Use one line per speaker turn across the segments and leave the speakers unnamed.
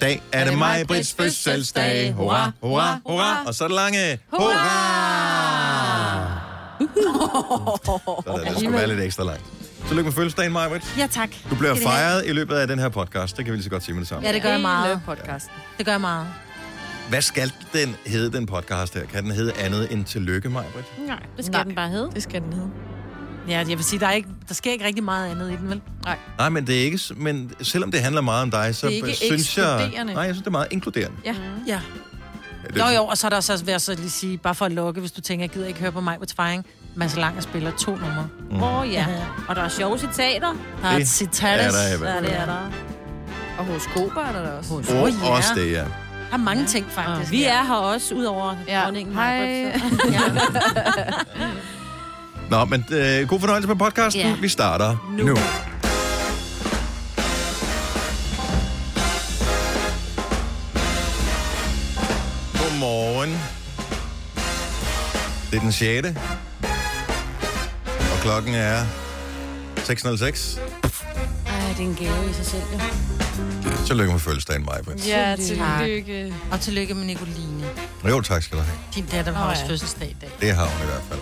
dag er det mig, Brits fødselsdag. Hurra, hurra, hurra. Og så er det lange. Hurra! Sådan, det skulle være lidt ekstra langt. Tillykke med fødselsdagen, Maja Brits.
Ja, tak.
Du bliver
Skal det have?
fejret i løbet af den her podcast. Det kan vi lige så godt sige med det samme.
Ja, det gør jeg meget.
podcasten.
Det gør jeg meget.
Hvad skal den hedde, den podcast her? Kan den hedde andet end Tillykke, Maja Brits?
Nej, det skal Nej. den bare hedde.
Det skal den hedde.
Ja, jeg vil sige, der, er ikke, der sker ikke rigtig meget andet i den, vel?
Nej.
Nej, men det er ikke... s- Men selvom det handler meget om dig, så
Det er ikke
synes jeg...
ekskluderende.
Nej, jeg synes, det er meget inkluderende.
Ja.
Ja.
Ja, det
Nå
er-
jo, og så er der så, vil jeg så lige sige, bare for at lukke, hvis du tænker, jeg gider ikke høre på mig på fejring. Mads Langer spiller to numre.
Mm.
Åh oh, ja.
Og der er sjove citater.
Der er
Det
et citat.
er der i hvert
Ja, det er der.
Og horoskoper er der også.
Og
Åh, ja.
også det, ja.
Der er mange ting, faktisk.
Vi er her også, udover ja. dronningen.
Hej.
Nå, men øh, god fornøjelse med podcasten.
Ja.
Vi starter nu. nu. Godmorgen. Det er den 6. Og klokken er 6.06.
Ej, det er en gave i sig selv. jo.
Tillykke med fødselsdagen, Maja.
Ja,
Tak.
tillykke.
Og tillykke med Nicoline.
Jo, tak skal du have.
Din datter har
Åh,
også
ja.
fødselsdag i dag.
Det har hun i hvert fald.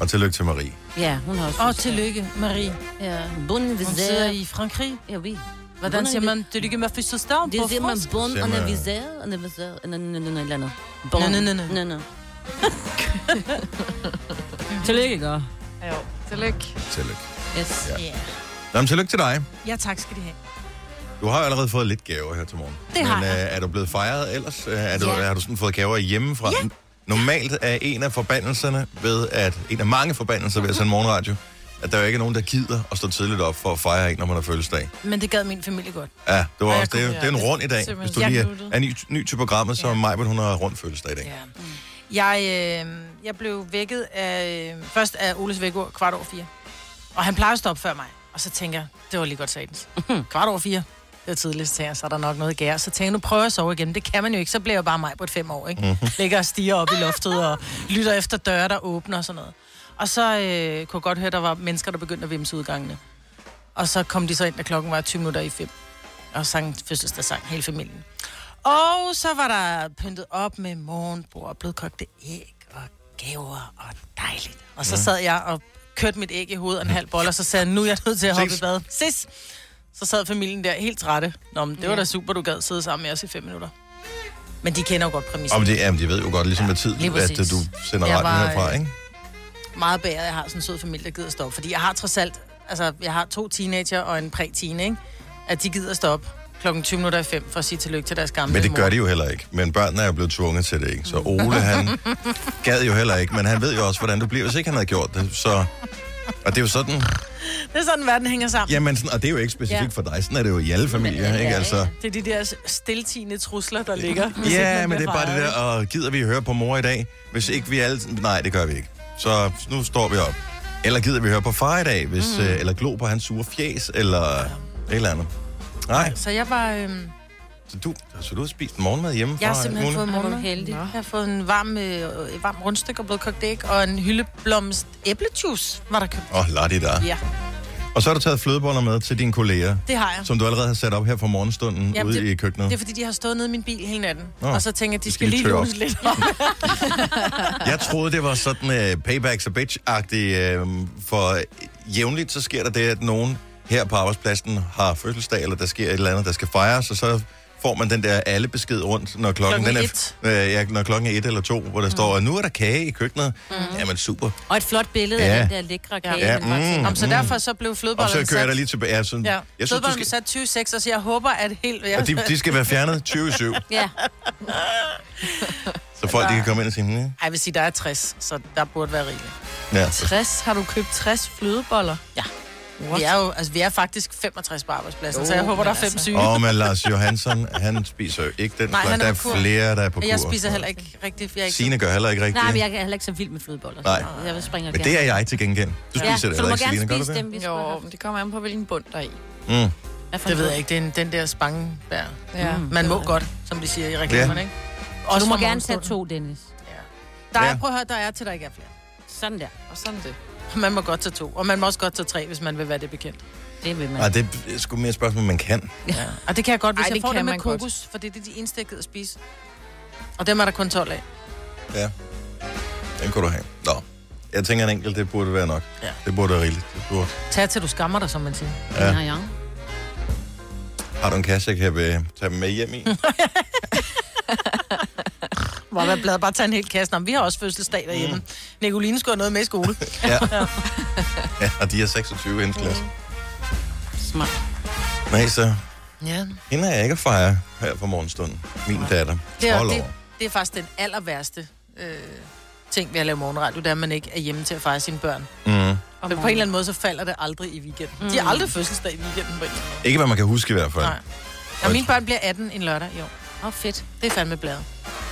Og tillykke til Marie.
Ja, hun har også.
Og tillykke, Marie.
Ja. Bunden ved
Hun sidder
sæder.
i Frankrig.
Ja, vi.
Hvordan siger man tillykke med fødselsdagen på
Det siger man
fransk?
bund
Siger
og
man-
navisere og navisere og et eller andet.
Nå, nå, nå, nå.
Nå, nå. Tillykke, ikke?
Jo. Tillykke.
Tillykke.
Yes.
Ja.
Ja.
Nå, men tillykke til dig.
Ja, tak skal de have.
Du har jo allerede fået lidt gaver her til morgen.
Det har
Men øh, er du blevet fejret ellers? Øh, Er du, ja. Har du sådan fået gaver hjemmefra? Ja. Normalt er en af forbandelserne ved, at en af mange forbandelser ved at sende morgenradio, at der jo ikke er nogen, der gider at stå tidligt op for at fejre en, når man har fødselsdag.
Men det gad min familie godt.
Ja, det var
jeg
også, det, er-
kunne-
det er en
ja,
rund i dag,
simpelthen.
hvis du
Jeg
lige er,
nuttet.
er ny, ny til programmet, så ja.
Ja.
Majbert, hun har rund fødselsdag i dag.
Ja. Jeg, øh, jeg blev vækket af, øh, først af Oles vækord kvart over fire. Og han plejer at stoppe før mig. Og så tænker jeg, det var lige godt satens. Kvart over fire. Det er tidligt, så tænker jeg, så er der nok noget gær. Så tænker jeg, nu prøver jeg at sove igen. Det kan man jo ikke, så bliver jeg bare mig på et fem år, ikke? Ligger og stiger op i loftet og lytter efter døre, der åbner og sådan noget. Og så øh, kunne jeg godt høre, at der var mennesker, der begyndte at vimse udgangene. Og så kom de så ind, da klokken var 20 minutter i fem. Og sang fødselsdagssang, hele familien. Og så var der pyntet op med morgenbrød og blødkogte æg og gaver og dejligt. Og så sad jeg og kørte mit æg i hovedet og en halv bolle, og så sagde jeg, nu er jeg nødt til at hoppe
Ses.
i bad. Sis! Så sad familien der helt trætte. Nå, men det var da super, du gad sidde sammen med os i fem minutter. Men de kender jo godt præmissen.
Og det, jamen, de ved jo godt, ligesom med tid,
lige
at øh,
præcis.
du sender
Jeg
radioen
var,
herfra,
øh,
ikke?
meget bæret, jeg har sådan en sød familie, der gider at stå op. Fordi jeg har trods alt, altså jeg har to teenager og en præ-teen, ikke? At de gider at stå op klokken 20 minutter i 5 for at sige tillykke til deres gamle
Men det
mor.
gør de jo heller ikke. Men børnene er jo blevet tvunget til det, ikke? Så Ole, han gad jo heller ikke, men han ved jo også, hvordan du bliver, hvis ikke han havde gjort det. Så... Og det er jo sådan,
Det er sådan, verden hænger sammen.
jamen, sådan, og det er jo ikke specifikt ja.
Ja.
for dig, sådan er det jo i alle familier, ikke? Altså,
Det er de der stiltigende trusler, der ligger. hvis ikke
ja,
man
men det
bliver
er bare det
fejret,
der, og gider vi høre på mor i dag? Hvis ikke vi alle... Nej, det gør vi ikke. Så nu står vi op. Eller gider vi høre på far i dag, hvis, mm. øh, eller glo på hans sure fjes, eller et eller andet. Nej,
ikke? Så jeg var... Øhm,
så du, så du har spist morgenmad hjemmefra?
jeg har simpelthen
Mona?
fået
Er du
morgenmad.
heldig?
Jeg har fået en varm, øh, et varm rundstykke og blødkogt æg, og en hyldeblomst æblejuice var der købt.
Åh, oh, lad det der.
Ja,
Og så har du taget flødeboller med til dine kolleger.
det har jeg.
Som du allerede har sat op her fra morgenstunden Jamen,
Jamen,
ude
det-
i køkkenet.
Det er, fordi de har stået nede i min bil hele natten.
Nå,
og så tænker jeg, de
så
skal,
skal de
lige
tørre op.
lunes lidt op.
Jeg troede, det var sådan uh, paybacks og bitch-agtigt, uh, for jævnligt så sker der det, at nogen her på arbejdspladsen har fødselsdag, eller der sker et eller andet, der skal fejres, og så får man den der alle besked rundt, når klokken,
Klokken
den er, øh, ja, når klokken er et eller to, hvor der mm. står, at nu er der kage i køkkenet. Mm. Jamen super.
Og et flot billede
Ja.
af den der lækre kage.
Ja,
den var til.
mm.
Jamen, så derfor så blev
Og så
flødebollerne
kører jeg dig
sat...
lige tilbage. Ja, sådan,
Ja,
Mm. jeg synes, du skal,
sat 26, og så jeg håber, at helt... Jeg,
og de, de skal være fjernet 27,
Ja,
så folk de kan komme ind og sige, "Mm,
Ej, jeg vil sige, der er 60, så der burde være rigeligt.
ja,
60. Har du købt 60 flødeboller?
Ja.
What?
Vi er jo altså, vi er faktisk 65
altså,
på arbejdspladsen, oh, så jeg håber, der er fem syge.
Og men Lars Johansson, han spiser jo ikke den
Nej,
slags.
han er
Der er
på kur.
flere, der er på kur.
Men jeg spiser heller ikke rigtigt. Jeg er ikke
Signe gør heller ikke rigtigt.
nej, men jeg er heller ikke så vild med flødeboller.
Nej.
Så Jeg vil springe
Men det er jeg til gengæld. Du spiser
ja,
det
så du
heller
må
ikke, Selina,
gerne
gør du
spise
det?
dem, hvis du har
Jo,
haft.
men det kommer an på, hvilken bund der er i.
Mm.
Hvad for
det
en
ved
bund?
jeg ikke, det er en, den der spangebær.
Ja. Mm.
Man må godt, som de siger i reklamerne,
Ja.
ikke?
Og du
Også
må
fra
gerne tage
morgenstunden.
to, Dennis.
Der
Ja.
er, prøv at høre, der er til, der ikke er flere.
Sådan der.
Og sådan er det.
Man må godt tage to, og man må også godt tage tre, hvis man vil være det bekendt.
Det vil man.
Nej, det er sgu mere et spørgsmål, man kan.
Ja. Og det kan jeg godt, hvis
Ej,
Ej, jeg
det
får
kan
det med
man godt.
kokos, for det er de eneste, jeg gider at spise. Og dem er der kun 12 af.
Ja. Den kunne du have. Nå. Jeg tænker, en enkelt, det burde være nok.
Ja.
Det burde være rigeligt. Det burde.
Tag til, du skammer dig, som man siger.
Ja.
Ja. Ja.
Har du en kasse, jeg kan øh, tage dem med hjem i?
Hvor hvad blad, bare tage en hel kasse. Nå, men vi har også fødselsdag derhjemme. Mm. Nicoline skulle have noget med i skole.
ja. ja. og de er 26 i hendes klasse.
Smart.
Nej, så
ja.
hende er jeg ikke at fejre her på morgenstunden. Min datter.
Det er,
12
det,
år.
det er faktisk den aller værste øh, ting ved at lave morgenradio, det er, at man ikke er hjemme til at fejre sine børn.
Mm.
Men på en eller anden måde, så falder det aldrig i weekenden. Mm. De har aldrig fødselsdag i weekenden. på en eller anden
Ikke hvad man kan huske i hvert
måde.
fald.
Nej. Og mine børn bliver 18 en lørdag i år.
Åh, oh, fedt.
Det er fandme bladet.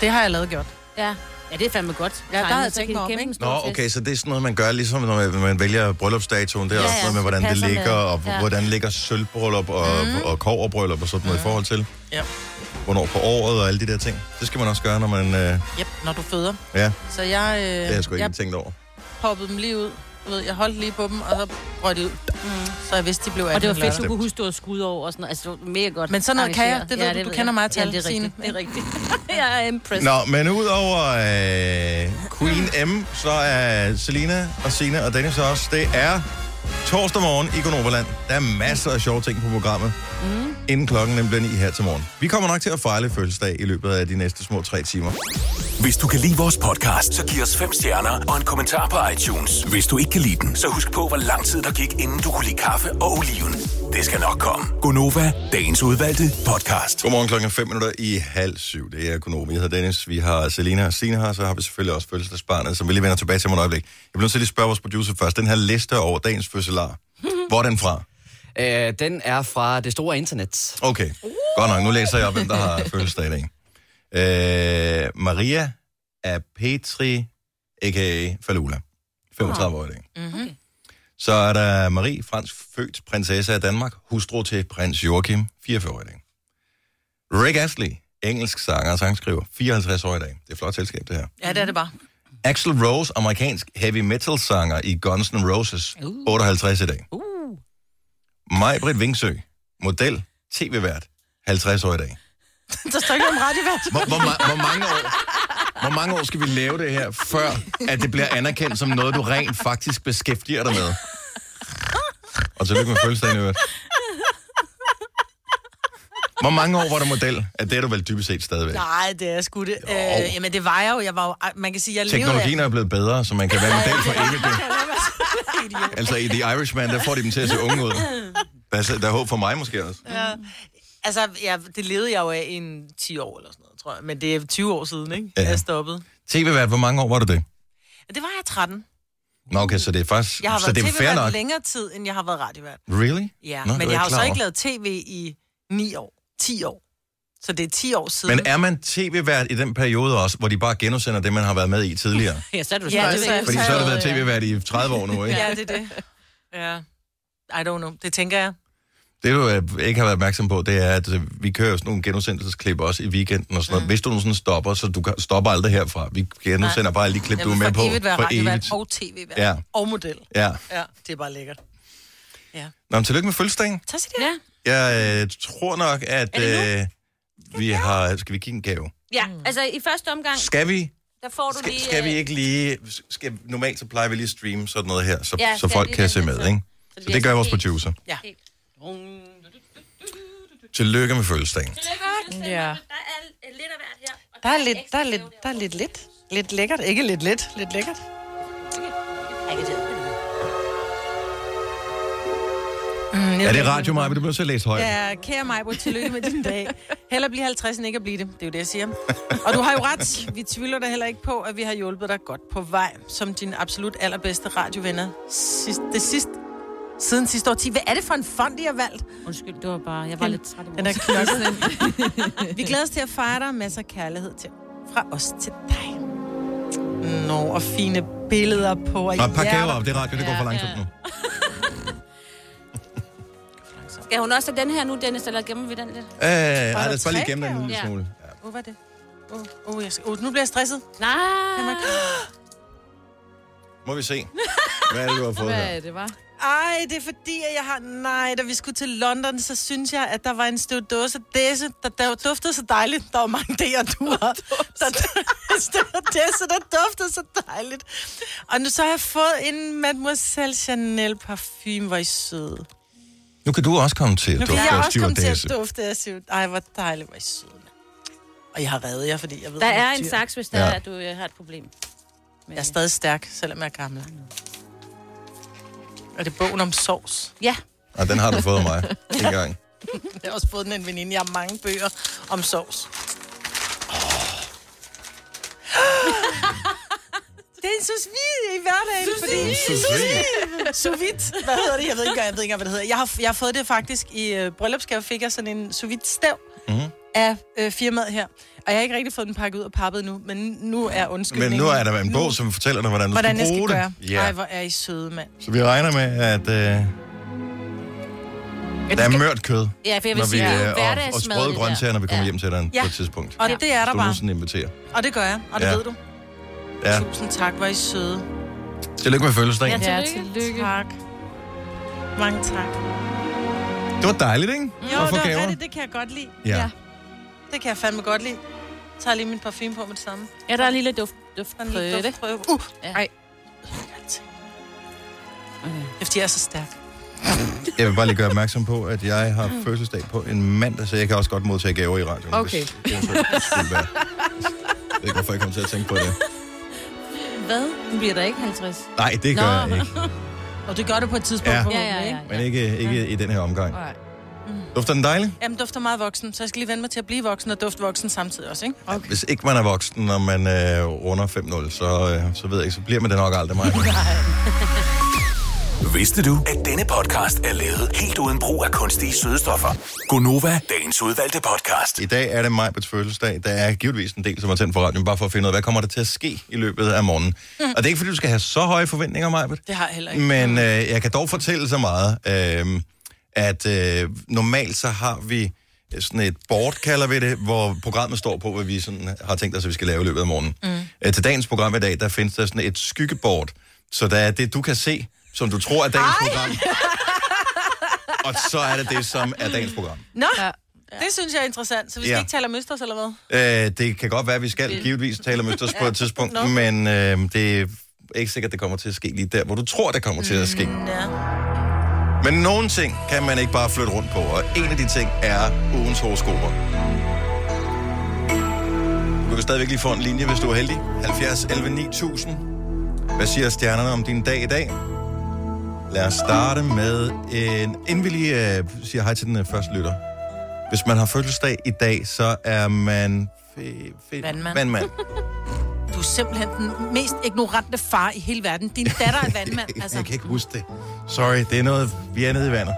Det har jeg lavet gjort.
Ja. Ja, det er fandme godt.
der havde
Tegnet,
jeg
så
tænkt
kan
mig
I
om,
kæmpe
ikke?
en stor
Nå,
fest.
okay, så det er sådan noget, man gør, ligesom når man- man vælger bryllupsdatoen. Det er
Ja,
ja, også
ja,
noget med,
så
hvordan det
passer
ligger,
med.
og
Ja. Mhm.
hvordan ligger sølvbryllup og, mm. og koverbryllup og sådan noget mm. i forhold til.
Ja.
Hvornår på året og alle de der ting. Det skal man også gøre, når man... Øh,
Yep, når du føder.
ja,
Så jeg, øh,
det har jeg sgu ikke
jeg
tænkt over.
poppede dem lige ud. Du ved, jeg holdt lige på dem, og så røg de ud. Så jeg vidste, de blev 18
Og det var fedt,
lørdag.
du kunne huske, du havde skud over og sådan noget. Altså, det var mega godt.
Men sådan noget kan jeg.
arrangeret.
Det ved du. Du kender
jeg.
mig til
ja, det er
Signe.
rigtigt. Det er rigtigt. jeg er impressed.
Nå, men udover øh, Queen M, så er Selina og Sina og Dennis også. Det er torsdag morgen i Gonoverland. Der er masser af sjove ting på programmet,
Mhm.
mm. inden klokken den bliver 9 her til morgen. Vi kommer nok til at fejle fødselsdag i løbet af de næste små tre timer.
Hvis du kan lide vores podcast, så giv os fem stjerner og en kommentar på iTunes. Hvis du ikke kan lide den, så husk på, hvor lang tid der gik, inden du kunne lide kaffe og oliven. Det skal nok komme. Gonova, dagens udvalgte podcast.
Godmorgen klokken 5 minutter i halv syv. Det er Konomi. Jeg hedder Dennis. Vi har Selina og Sina her, og så har vi selvfølgelig også fødselsdagsbarnet, som vi lige vender tilbage til om et øjeblik. Jeg bliver nødt til at lige spørge vores producer først. Den her liste over dagens fødselar. Hvor er den fra?
Øh, den er fra det store internet.
Okay, godt nok. Nu læser jeg op, hvem der har fødselsdag i dag. Øh, Maria af Petri, a.k.a. Falula. 35 år i dag.
Okay.
Så er der Marie, fransk født prinsesse af Danmark, hustru til prins Joachim, 44 år i dag. Rick Astley, engelsk sanger og sangskriver, 54 år i dag. Det er et flot selskab, det her.
Ja, det er det bare.
Axl Rose, amerikansk heavy metal sanger i Guns N' Roses, 58 i dag.
Uh.
Majbrit Vingsø, model, tv-vært, 50 år i dag.
Der står ikke nogen ret i hvert.
Hvor, hvor, ma- hvor, mange år, hvor mange år skal vi lave det her, før at det bliver anerkendt som noget, du rent faktisk beskæftiger dig med? Og tillykke med fødselsdagen i øvrigt. Hvor mange år var du model? Er det er du vel dybest set stadigvæk?
Nej, det er sgu det. Øh, jamen, det var jeg jo. Jeg var jo man kan sige, jeg levede af-
Teknologien er blevet bedre, så man kan være model for evigt. Altså i The Irishman, der får de dem til at se unge ud. Der er, så- der er håb for mig måske også.
Altså, ja, det levede jeg jo af i en 10 år eller sådan noget, tror jeg. Men det er 20 år siden, ikke? Ja.
Ja.
Jeg stoppede.
TV-vært, hvor mange år var du det?
Det var jeg 13.
Nå, okay, så det er faktisk...
Jeg har
så
været
det er fair
tv-vært
nok.
længere tid, end jeg har været radiovært.
Really?
Ja,
Nå,
Nå,
det
men jeg
var jeg
har jo
klar
så
over.
ikke lavet tv i 9 år. 10 år. Så det er 10 år siden.
Men er man tv-vært i den periode også, hvor de bare genudsender det, man har været med i tidligere?
Ja, så er du
Ja,
stadigvæk.
det er jeg.
Fordi så har du været
Ja.
tv-vært i 30 år nu, ikke?
Ja, det er det. Ja. I don't know. Det tænker jeg.
Det du øh, ikke har været opmærksom på, det er, at øh, vi kører jo sådan nogle genudsendelsesklip også i weekenden og sådan
Mm.
noget. Hvis du nu sådan stopper, så du kan- stopper aldrig herfra. Vi genudsender bare alle de klip,
Jeg
du er
vil
med
for
på.
evigt være
for
radiovært
evigt.
og tv-vært.
Ja.
Og model.
Ja.
Ja, det er bare lækkert.
Nå, men tillykke med fødselsdagen.
Tag sig det. Ja.
Jeg øh, tror nok, at
Er det
øh, vi har... Skal vi give en gave?
Ja, altså i første omgang,
Skal vi?
der får du
Skal,
lige...
skal vi
øh,
ikke lige... Skal, normalt så plejer vi lige at streame sådan noget her, så,
Ja,
så
skal
folk
lige
kan
lidt
se
lidt
med,
så.
ikke?
det
Så
bliver
det gør
sådan
vores
helt-
producer.
Ja.
Tillykke med fødselsdagen.
Ja.
Der er lidt af hvert her.
Der er lidt, der er lidt, der er lidt, lidt. Lidt lækkert. Ikke lidt lidt. Lidt lækkert.
Er det radio, Maja? Du bliver så læst højt.
Ja, kære mig, hvor tillykke med din dag. Heller blive 50 end ikke at blive det. Det er jo det, jeg siger. Og du har jo ret. Vi tvivler da heller ikke på, at vi har hjulpet dig godt på vej, som din absolut allerbedste radiovenner. Sidst, det sidste, siden sidste årti. Hvad er det for en fond, I har valgt?
Undskyld, det var bare... Jeg var lidt træt i
Den er
morges.
knoklet. Vi glæder os til at fejre dig. Masser af kærlighed til, fra os til dig. Nå, og fine billeder på. Og
Nå, pak
hjerter.
gaver op. Det er radio, det går for langsomt nu. Øh,
Skal hun også have den her nu, Dennis, eller gemmer vi den lidt?
Øh, ej, lad os bare lige
tre
gemme den en lille
gaver?
smule. Ja.
Åh, hvad er det? Åh, oh, jeg skal... oh, nu bliver jeg stresset.
Nej.
Må vi se. Hvad er det, du har fået
Hvad
her?
er det, var?
Ej, det er fordi, at jeg har... Nej, da vi skulle til London, så synes jeg, at der var en stewardesse, dæse, der, der duftede så dejligt. Der var mange der duer. Der stewardesse, der duftede så dejligt. Og nu så har jeg fået en Mademoiselle Chanel parfume, hvor I er søde.
Nu kan du også komme til at
Nu kan jeg
af
også komme til at
stewardesse.
dufte af stiv. Ej, hvor dejligt, hvor I er søde. Og jeg har reddet jer, fordi jeg ved,
Der
at I
er en
dyr.
saks, hvis der
Ja.
ja. er, at du øh, har et problem.
Jeg er stadig stærk, selvom jeg er gammel. Er det bogen om sovs?
Ja.
Og den har du fået af mig en gang.
Jeg har også fået den af en veninde. Jeg har mange bøger om sovs. Det er en sous vide i hverdagen, fordi... Sous vide. Hvad hedder det? Jeg ved ikke engang, jeg ved ikke engang, hvad det hedder. Jeg har, jeg har fået det faktisk i øh, bryllupsgave, fik jeg sådan en sous vide stav
Mhm.
af øh, firmaet her. Og jeg har ikke rigtig fået den pakket ud og pappet nu, men nu er
Men
undskyldningen.
nu er der en bog, som fortæller dig, hvordan du
Hvordan jeg
skal
skal
bruge
gøre.
det.
Ej,
Ja.
hvor er I søde, mand.
Så vi regner med, at øh,
Ja,
der er
skal-
mørt kød,
Ja, for
når
jeg vil
vi,
sige, det er jo
øh, og, og
hverdagsmad,
sprøde
det der.
grøntsager, når vi kommer
Ja.
hjem til dig
Ja.
på et tidspunkt.
Og
Ja.
det er der
Du
bare.
sådan inviterer.
Og det gør jeg, og det
Ja.
ved du.
Ja.
Tusind tak, hvor er I søde.
Tillykke med fødselsdagen.
Ja.
Ja,
Tillykke.
tillykke.
Tak. Mange tak.
Det var dejligt, ikke?
Jo,
Og
det
for
var
gaver.
rigtigt, det kan jeg godt lide.
Ja.
Det kan jeg fandme godt lide. Jeg tager lige min parfume på med det samme.
Ja, der er en lille duft. duft.
Sådan lige
Prøv det.
duftprøve. Uh,
Ja.
ej. Det er fordi, jeg er så stærk.
Jeg vil bare lige gøre opmærksom på, at jeg har fødselsdag på en mandag, så jeg kan også godt modtage gaver i radioen.
Okay.
hvis det eventuelt skulle være. Jeg ved ikke, hvorfor jeg kom til at tænke på det.
Hvad? Nu bliver der ikke 50.
Nej, det gør
Nå.
jeg ikke.
Og det gør det på et tidspunkt.
Ja.
forhåbentlig, ikke?
Men ikke, ikke i den her omgang.
Nej.
Dufter den dejlig?
Jamen, dufter meget voksen, så jeg skal lige vende mig til at blive voksen og dufte voksen samtidig også, ikke?
Okay. Hvis ikke man er voksen, når man øh, runder 5-0, så, øh, så ved jeg ikke, så bliver man det nok aldrig mig.
Vidste du, at denne podcast er lavet helt uden brug af kunstige sødestoffer? Gonova, dagens udvalgte podcast.
I dag er det Majbets fødselsdag. Der er givetvis en del, som har tændt for radioen, bare for at finde ud af, hvad kommer der til at ske i løbet af morgenen. Mm. Og det er ikke, fordi du skal have så høje forventninger, Majbet.
Det har jeg heller ikke.
Men øh, jeg kan dog fortælle så meget, øh, at øh, normalt så har vi sådan et board, kalder vi det, hvor programmet står på, hvad vi sådan har tænkt os, at vi skal lave i løbet af morgenen. Mm. Øh, til dagens program i dag, der findes der sådan et skyggeboard, så der er det, du kan se, som du tror er dagens Ej. program. Og så er det det, som er dagens program.
Nå, det synes jeg er interessant. Så vi skal
Mm. Ja.
ikke tale om Østers, eller hvad?
Øh, det kan godt være, at vi skal givetvis tale om Østers på et tidspunkt,
Nå.
men øh, det er ikke sikkert, det kommer til at ske lige der, hvor du tror, det kommer til at ske.
Ja.
Men nogle ting kan man ikke bare flytte rundt på, og en af de ting er ugens horoskoper. Du kan stadigvæk lige få en linje, hvis du er heldig. 70 11 9000. Hvad siger stjernerne om din dag i dag? Lad os starte med en... Inden vi lige øh, siger hej til den øh, første lytter. Hvis man har fødselsdag i dag, så er man... Fe, fe,
Vandmand.
vandmand.
Du er simpelthen den mest ignorante far i hele verden. Din datter er vandmand, altså.
Jeg kan ikke huske det. Sorry, det er noget... Vi er nede i vandet.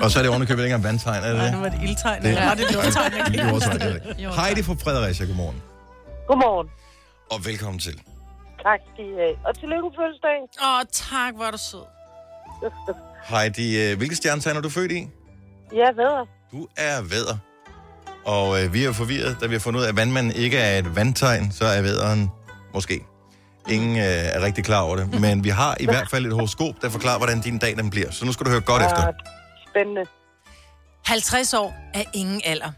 Og så er det ovenikøbet ikke engang vandtegn, er det
Nej,
det?
nu var det ildtegn.
Det-
Det var det jordtegn, jeg kan
Det
ikke
gjorde
huske.
sådan det. Heidi fra Fredericia, godmorgen.
Godmorgen.
Og velkommen til.
Tak skal I have. Og tillykke med fødselsdagen.
Åh, tak, hvor er du sød.
Heidi, øh, hvilke stjernetegn er du født i?
Ja, ved
Du er vædder. Og øh, vi er jo forvirret, da vi har fundet ud af, at vandmanden ikke er et vandtegn, så er vædderen måske. Ingen øh, er rigtig klar over det, men vi har i hvert fald et horoskop, der forklarer, hvordan din dag den bliver. Så nu skal du høre godt efter.
Spændende.
50 år er ingen alder.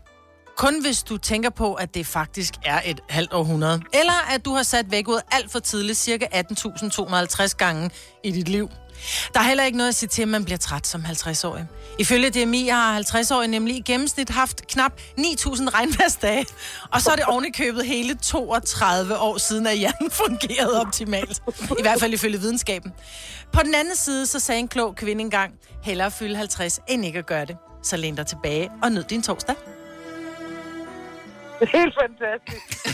Kun hvis du tænker på, at det faktisk er et halvt århundrede. Eller at du har sat vækket alt for tidligt, ca. 18.250 gange i dit liv. Der er heller ikke noget at sige til, at man bliver træt som 50-årig. Ifølge DMI har 50-årige nemlig i gennemsnit haft knap 9.000 regnværsdage. Og så er det ovenikøbet hele 32 år siden, at hjernen fungerede optimalt. I hvert fald ifølge videnskaben. På den anden side, så sagde en klog kvinde engang, hellere fylde 50, end ikke at gøre det. Så læn dig tilbage og nyd din torsdag.
Helt fantastisk.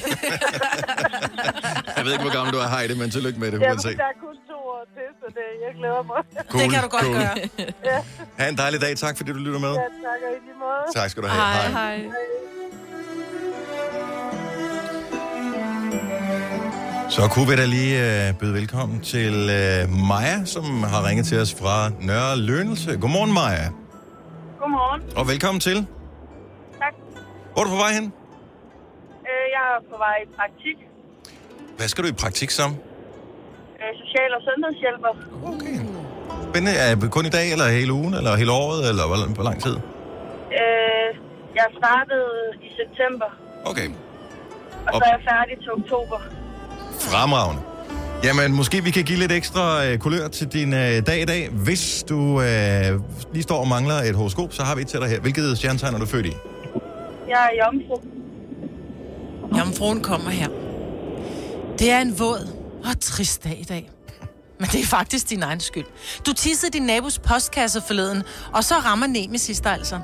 Jeg ved ikke, hvor gammel du er, Heidi, men tillykke med det.
Jeg
uanset.
er kun to år til, så det, jeg glæder mig.
Cool,
det kan du godt
cool.
gøre.
Ha' en dejlig dag. Tak fordi du lytter med.
Jeg takker i lige måde.
Tak skal du have. Hej.
Hej.
Så kunne vi da lige øh, byde velkommen til øh, Maja, som har ringet til os fra Nørre Lønelse. Godmorgen, Maja.
Godmorgen.
Og velkommen til.
Tak.
Hvor er du på vej hen?
Øh, Jeg er på vej i praktik.
Hvad skal du i praktik som?
Øh, Social-
social- og sundhedshjælper.
Okay. Spændende. Er det kun i dag, eller hele ugen, eller hele året, eller hvor, hvor lang tid?
Øh, jeg startede i september,
Okay.
og så
Op.
er jeg færdig til oktober.
Fremragende. Jamen, måske vi kan give lidt ekstra øh, kulør til din øh, dag i dag. Hvis du øh, lige står og mangler et horoskop, så har vi et til dig her. Hvilket stjernetegn er du født i?
Jeg er jomfru.
Jomfruen kommer her. Det er en våd og trist dag i dag. Men det er faktisk din egen skyld. Du tissede din nabos postkasse forleden, og så rammer Nemesis dig altså.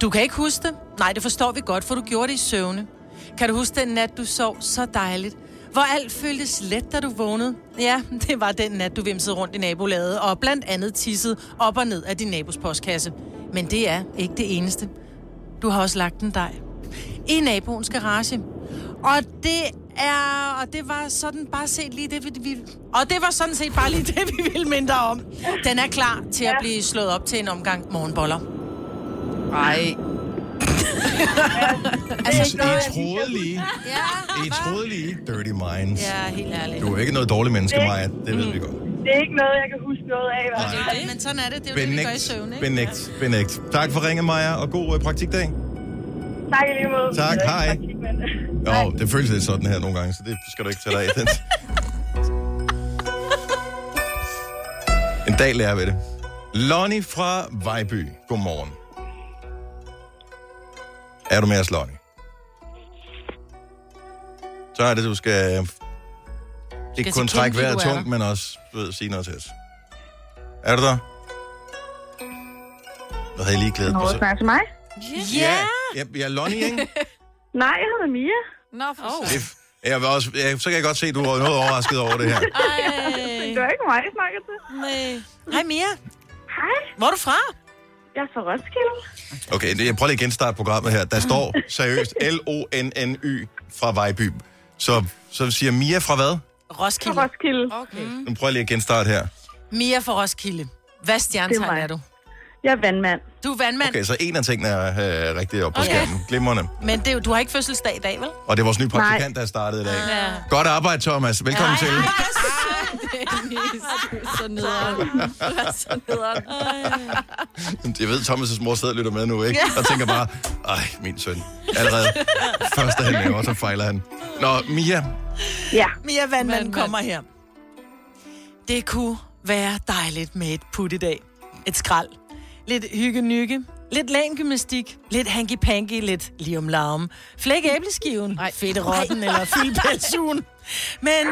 Du kan ikke huske det. Nej, det forstår vi godt, for du gjorde det i søvne. Kan du huske den nat, du sov så dejligt? Hvor alt føltes let, da du vågnede? Ja, det var den nat, du vimsede rundt i nabolaget, og blandt andet tissede op og ned af din nabos postkasse. Men det er ikke det eneste. Du har også lagt en dej i naboens garage. Og det er, og det var sådan bare set lige det, vi, vi- og det var sådan set bare lige det, vi ville mindre om. Den er klar til at blive slået op til en omgang morgenboller.
Nej.
Altså, I troede lige. I troede lige. Dirty Minds.
Ja, helt ærligt.
Du er ikke noget dårligt menneske, Maja. Det ved
Mm.
vi godt.
Det er ikke noget, jeg kan huske noget af. i hvert fald.
Ja, men sådan er det. Det er jo det, vi gør i
Benægt.
søvn, ikke?
Benægt. Benægt. Tak for ringen, Maja, og god øh, praktikdag.
Tak i lige måde.
Tak,
Jeg er
hej.
ikke praktikmand.
Jo, det føles lidt sådan her nogle gange, så det skal du ikke tage dig af. Den. En dag lærer vi det. Lonnie fra Vejby. Godmorgen. Er du med os, Lonnie? Så er det, du skal ikke
skal
kun trække
tilkendegive,
vejret
du er
tungt, men også du ved, sige noget til os. Er du der? Jeg havde lige glædet mig.
Godmorgen, snak til mig.
Ja, ja, ja, Lonnie, ikke?
Nej, jeg hedder Mia.
Nå, for oh.
Det, jeg vil også, ja, så kan jeg godt se, at du er noget overrasket over det her.
Det gør ikke mig, jeg snakker til.
Hej Mia,
Hej,
hvor er du fra?
jeg er fra Roskilde.
Okay, det- jeg prøver lige at genstarte programmet her. Der står seriøst L-O-N-N-Y fra Vejby. Så, så siger Mia fra hvad?
Fra
Roskilde.
Roskilde.
okay.
Nu prøver jeg lige at genstarte her.
Mia fra Roskilde. Hvad
Det er
stjernetegn
mig.
er du?
Jeg er vandmand.
Du er vandmand,
Okay, så en af tingene er øh, rigtig op på
Okay.
skærmen. Glimrende.
men det, er jo- du har ikke fødselsdag i dag, vel?
Og det er vores nye praktikant, der er startet i dag. Godt arbejde, Thomas. Velkommen til.
Så nederen. Så nederen.
Jeg ved, Thomas' mor sidder og lytter med nu, ikke? Og tænker bare, ej, min søn. Allerede første han laver, så fejler han. Nå, Mia,
Ja,
Mia Vandmand
Vandmand.
kommer her. Det kunne være dejligt med et put i dag. Et skrald. Lidt hygge-nykke. Lidt længymystik. Lidt hanky-panky. Lidt lium-larm. Flæk æbleskiven. Fedt rotten eller fyld pelsugen. Men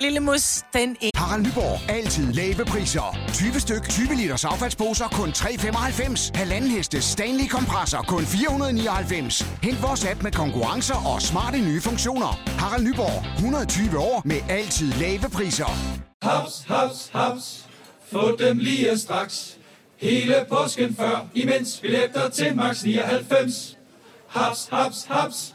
lille mus, den er...
Harald Nyborg. Altid lave priser. 20 styk, 20 liters affaldsposer kun 3,95. Halvanden heste Stanley kompresser kun 499. Hent vores app med konkurrencer og smarte nye funktioner. Harald Nyborg. 120 år med altid lave priser.
Haps, haps, haps. Få dem lige straks. Hele påsken før, imens billetter til max 99. Haps, haps, haps.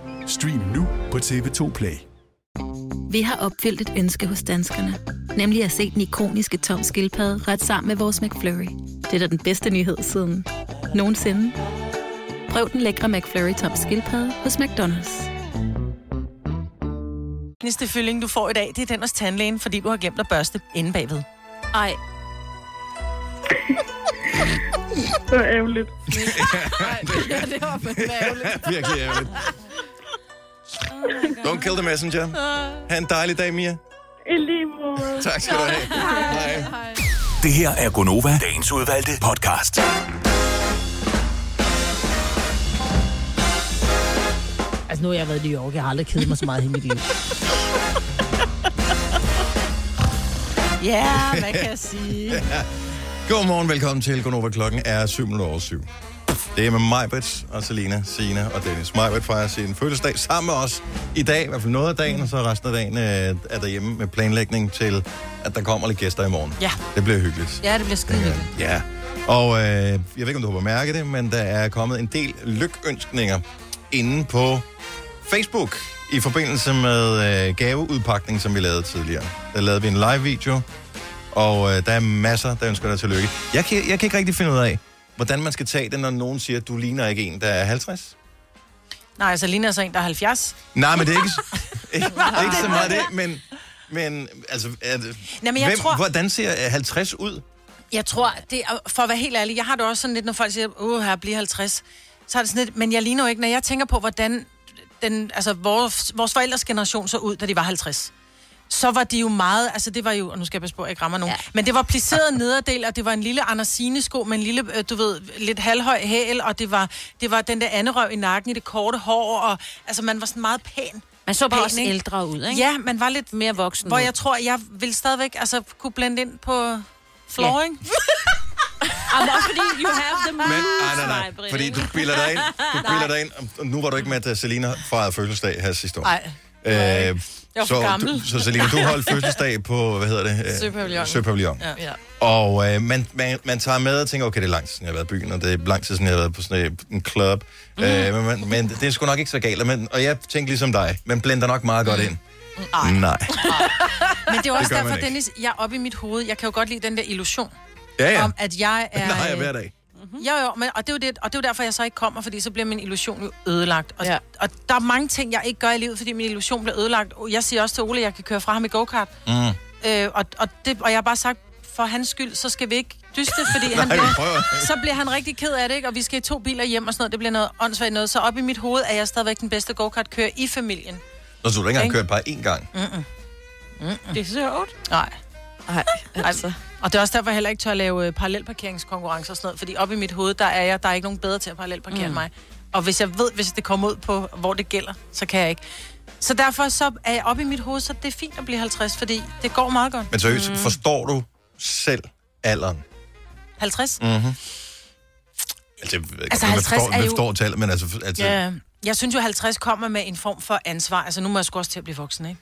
Stream nu på TV2 Play.
Vi har opfyldt et ønske hos danskerne. Nemlig at se den ikoniske tom skildpadde ret sammen med vores McFlurry. Det er da den bedste nyhed siden nogensinde. Prøv den lækre McFlurry tom skildpadde hos McDonald's.
Den eneste fylling, du får i dag, det er den hos tandlægen, fordi du har glemt at børste inde bagved.
Ej,
det var ærgerligt.
Det var fandme ærgerligt.
Virkelig ærgerligt. Don't kill the messenger. Ha' en dejlig dag, Mia.
I lige måde.
Tak skal du have. Hej.
Det her er Gonova, dagens udvalgte podcast.
Altså, nu har jeg været i New York. Jeg har aldrig kedet mig så meget i mit liv. Ja, yeah, hvad kan jeg sige?
Godmorgen, velkommen til Gonova. Klokken er 7 over 7. Det er med Majbrits og Selina, Sina og Dennis. Majbrit fejrer sin fødselsdag sammen med os i dag, i hvert fald noget af dagen, og så resten af dagen øh, er derhjemme med planlægning til, at der kommer lidt gæster i morgen.
Ja.
Det bliver hyggeligt.
Ja, det bliver skide hyggeligt.
Ja, og øh, jeg ved ikke, om du har bemærket det, men der er kommet en del lykønskninger inde på Facebook i forbindelse med øh, gaveudpakning, som vi lavede tidligere. Der lavede vi en live-video, og øh, der er masser, der ønsker dig tillykke. Jeg kan, jeg kan ikke rigtig finde ud af, hvordan man skal tage det, når nogen siger, at du ligner ikke en, der er 50.
Nej, så ligner jeg så en, der er 70.
Nej, men det er ikke, ikke, ikke så meget det, men... Men altså, er, det-
Nej, men jeg
hvem,
tror-
hvordan ser 50 ud?
Jeg tror, det er, for at være helt ærlig, jeg har det også sådan lidt, når folk siger, åh, her bliver 50, så er det sådan lidt, men jeg ligner jo ikke, når jeg tænker på, hvordan den, altså, vores, vores forældres generation så ud, da de var 50. Så var de jo meget, altså det var jo, og nu skal jeg passe på, at jeg ikke rammer nogen, ja. men det var plisseret nederdel, og det var en lille Andersine-sko med en lille, øh, du ved, lidt halvhøj hæl, og det var, det var den der anderøv i nakken i det korte hår, og altså man var sådan meget pæn.
Man så bare
Pæn,
også
ikke?
ældre ud, ikke?
Ja, man var lidt
mere voksen.
hvor
ud.
jeg tror, jeg vil stadigvæk altså, kunne blende ind på flooring.
Jamen, også fordi you have the
Men,
moves,
nej, nej, nej,
Maj-Brit,
fordi
ikke?
du bilder dig ind, du
Ah, Nej.
bilder dig ind, og nu var du ikke med, at Selina fejrede fødselsdag her sidste år.
Nej.
Øh, jeg
var for
så,
gammel.
du, så Selina, du holdt fødselsdag på, hvad hedder det? Øh,
Søpavillon.
Søpavillon.
Ja. ja.
Og øh, man, man, man tager med og tænker, okay, det er langt siden, jeg har været i byen, og det er lang tid siden, jeg har været på sådan en- en club. Mm. Øh, men, men, men det er sgu nok ikke så galt, men, og jeg tænkte ligesom dig, man blender nok meget godt ind.
Ej.
Nej.
Men det er jo
Det
også
gør man
derfor,
ikke.
Dennis, jeg er oppe i mit hoved. Jeg kan jo godt lide den der illusion.
Ja, ja.
Om, at jeg er... øh,
Nej, jeg hver dag.
Jo, jo, men, og, det er jo det, og det er jo derfor, jeg så ikke kommer, fordi så bliver min illusion jo ødelagt. Og, ja. og der er mange ting, jeg ikke gør i livet, fordi min illusion bliver ødelagt. Jeg siger også til Ole, at jeg kan køre fra ham i go-kart.
Mm.
Øh, og, og, det, og jeg har bare sagt, for hans skyld, så skal vi ikke dyste, fordi han
Nej, vi
bliver,
prøver.
så bliver han rigtig ked af det, ikke? og vi skal i to biler hjem og sådan noget. Det bliver noget åndssvagt noget. Så op i mit hoved er jeg stadigvæk den bedste go-kart-kører i familien.
Nå, så du har ikke engang
Ikke?
kørt bare én gang.
Mm-mm. Mm-mm. Det er sjovt. Nej.
Nej,
altså. Og det er også derfor, jeg heller ikke tør at lave øh, parallelparkeringskonkurrencer og sådan noget, fordi oppe i mit hoved, der er jeg, der er ikke nogen bedre til at parallelparkere mm. end
Mm.
mig. Og hvis jeg ved, hvis det kommer ud på, hvor det gælder, så kan jeg ikke. Så derfor så er jeg oppe i mit hoved, så det er fint at blive 50, fordi det går meget godt.
Men seriøst, mm. forstår du selv alderen?
50?
Mm.
Mm-hmm. Altså, jeg ved ikke,
Altså,
altså, 50
50
forstår,
er
er
jo-
forstår tallet, men altså... altså ja.
Ja, jeg synes jo, 50 kommer med en form for ansvar. Altså, nu må jeg sgu også til at blive voksen, ikke?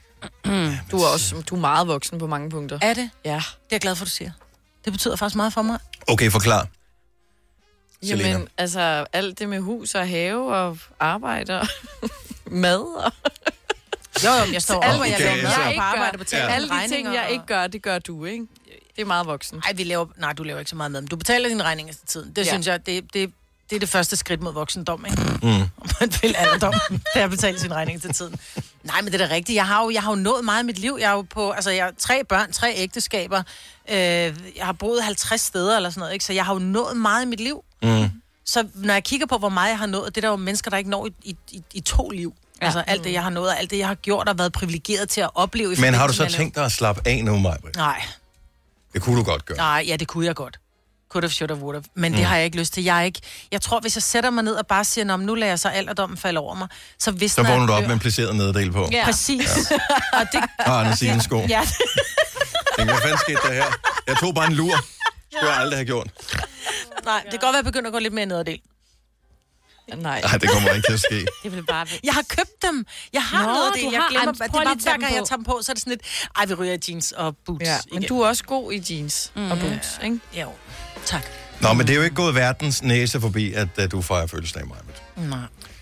Du er også du er meget voksen på mange punkter.
Er det?
Ja. Det
er jeg glad for, du siger. Det betyder faktisk meget for mig.
Okay, forklar.
Jamen,
Selena.
altså alt det med hus og have og arbejde og mad og...
Jo, jo, men jeg står op,
Alt,
og jeg
okay,
laver mad, jeg er
jeg
på arbejde og
ikke gør,
betaler
alle de
regninger
ting, jeg
og-
ikke gør, det gør du, ikke? Det er meget voksen.
Nej, vi laver... Nej, du laver ikke så meget mad, men du betaler dine regninger til tiden. Det
Ja.
ja. synes jeg, det, det, det er det første skridt mod voksendom, ikke?
Mm.
Man vil alderdom, da jeg betaler sin regning til tiden. Nej, men det er da rigtigt. Jeg har jo, jeg har jo nået meget i mit liv. Jeg er jo på... Altså, jeg har tre børn, tre ægteskaber. Øh, jeg har boet 50 steder eller sådan noget, ikke? Så jeg har jo nået meget i mit liv.
Mm.
Så når jeg kigger på, hvor meget jeg har nået, det er der jo mennesker, der ikke når i, i, i, i to liv. Ja. Altså alt det, jeg har nået, og alt det, jeg har gjort og været privilegeret til at opleve. i
Men har du
forbindelse
så
med at
tænkt dig at slappe af nu, Maja?
lave- Nej,
Det kunne du godt gøre.
Nej, ja, det kunne jeg godt. Could have, should have, would have. Men
Mm.
det har jeg ikke lyst til. Jeg, er ikke, jeg tror, hvis jeg sætter mig ned og bare siger, "Nå, men nu lader jeg så alderdommen falde over mig, så hvis
Så vågner du op med en placeret nederdel på.
Ja. Præcis. og det...
Og Anders Sines sko.
Ja,
Tænker, hvad fanden skete der her? Jeg tog bare en lur. Det skulle jeg aldrig have gjort.
nej, det kan godt være, at jeg begynder at gå lidt mere nederdel.
Nej.
Nej, det kommer ikke til at ske.
Det vil bare...
Jeg har købt dem. Jeg har
Nå,
noget af det.
du
Jeg
har-
glemmer,
Ej,
at
men
det er
prøv lige
bare
at tage
hver
dem
gang, jeg
på.
tager dem på, så er det sådan lidt, ej, vi ryger i jeans og boots
Ja, men
igen."
du er også god i jeans mm. og boots, ikke?
Jo, tak.
Nå, men det er jo ikke gået verdens næse forbi, at, at du fejrer fødselsdag, Maja.
Nej.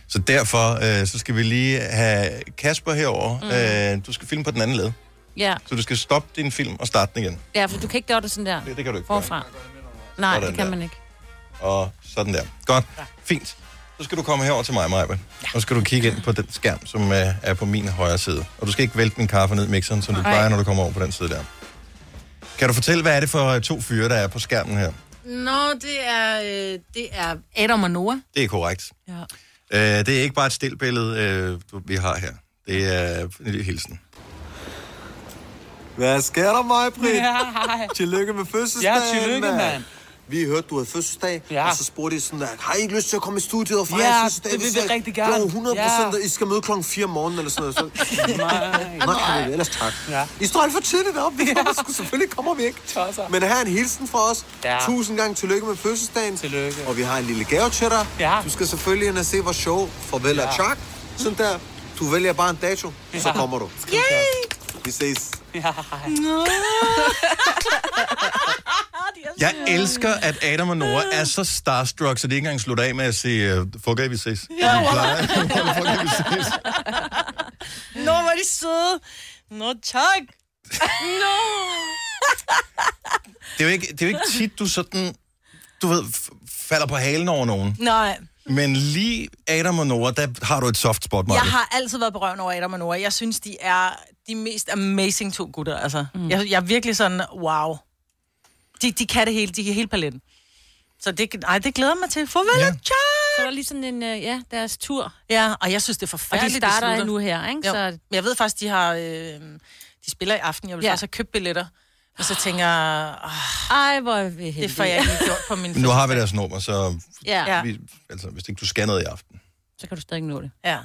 Så derfor, øh, så skal vi lige have Kasper herover. Mm. Øh, du skal filme på den anden led.
Ja.
Så du skal stoppe din film og starte den igen.
ja, for du kan ikke gøre det sådan der.
Det- det kan du ikke gøre.
Forfra. Nej,
Sådan
det kan
der.
man ikke.
Og sådan der. Godt. Fint. Så skal du komme herover til mig, Maja. Og så skal du kigge ind på den skærm, som øh, er på min højre side. Og du skal ikke vælte min kaffe ned i mixeren, som du
Nej.
plejer, når du kommer over på den side der. Kan du fortælle, hvad er det for øh, to fyre, der er på skærmen her?
Nå, det er, øh, det er Adam og Noah.
Det er korrekt.
Ja.
Øh, det er ikke bare et stille billede, øh, du- vi har her. Det er en lille hilsen.
Hvad sker der, mig, Britt?
Ja, hej.
Tillykke med fødselsdagen,
Ja, tillykke, mand.
vi hørte, du havde fødselsdag,
Ja.
og så spurgte I sådan, har I ikke lyst til at komme i studiet og fejre
Ja,
jeres fødselsdag?
det vil vi
sagde,
rigtig gerne.
Jo, 100 procent,
Ja.
I skal møde klokken 4 om morgenen eller sådan noget. Så,
Nej.
nej, men ellers tak.
Ja.
I står alt for tidligt op, vi kommer, sgu- selvfølgelig kommer vi ikke. Men her er en hilsen fra os.
Ja.
Tusind gange tillykke med fødselsdagen. Tillykke. Og vi har en lille gave til dig. Ja. Du skal selvfølgelig ind og se vores show, Farvel ja. og
Ja.
Chak. Sådan der, du vælger bare en dato, så kommer du. Vi ses.
Ja.
Jeg elsker, at Adam og Nora er så starstruck, så de ikke engang slutter af med at sige, øh, fuck af, vi ses.
Ja,
Som de plejer.
Nå, hvor er de søde. Nå, tak. Nå.
det, er jo ikke, det er jo ikke tit, du sådan, du ved, f- falder på halen over nogen.
Nej,
Men lige Adam og Nora, der har du et soft spot, Maja.
jeg har altid været berøven over Adam og Nora. Jeg synes, de er de mest amazing to gutter, altså. Mm. Jeg, jeg er virkelig sådan, wow. De, de kan det hele, de kan hele paletten. Så det, ej, det glæder jeg mig til. Farvel ja.
Så er der lige sådan en, øh, ja, deres tur.
Ja, og jeg synes, det er forfærdeligt.
Og de starter
slutter.
nu her, ikke?
Jo.
Så-
Men jeg ved faktisk, de har... Øh, de spiller i aften. Jeg vil ja. faktisk have købt billetter. Og så tænker jeg...
Ej, hvor er vi
Det får jeg ikke gjort på min
Men nu har vi deres nummer, så
Ja.
vi, altså, hvis ikke du skal noget i aften.
Så kan du stadig ikke nå det.
Ja.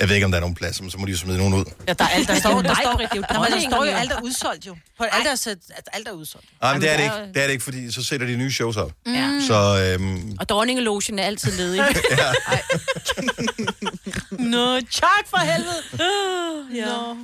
Jeg ved ikke, om der er nogen plads, men så må de jo smide nogen ud.
Ja, der er alt, der
Det er
står, der
jo dig,
står,
Britt, det er jo
Nej, men der
dronningen,
står jo
jo.
alt er udsolgt jo. På alt er, sat- at alt er udsolgt.
Nej, men det er det
der er
ikke.
jo-
Det er det ikke, fordi så sætter de nye shows op.
Mm.
Ja.
Så øhm,
Og dronningelogen er altid ledig.
Nå, tak for helvede. ja. Nå.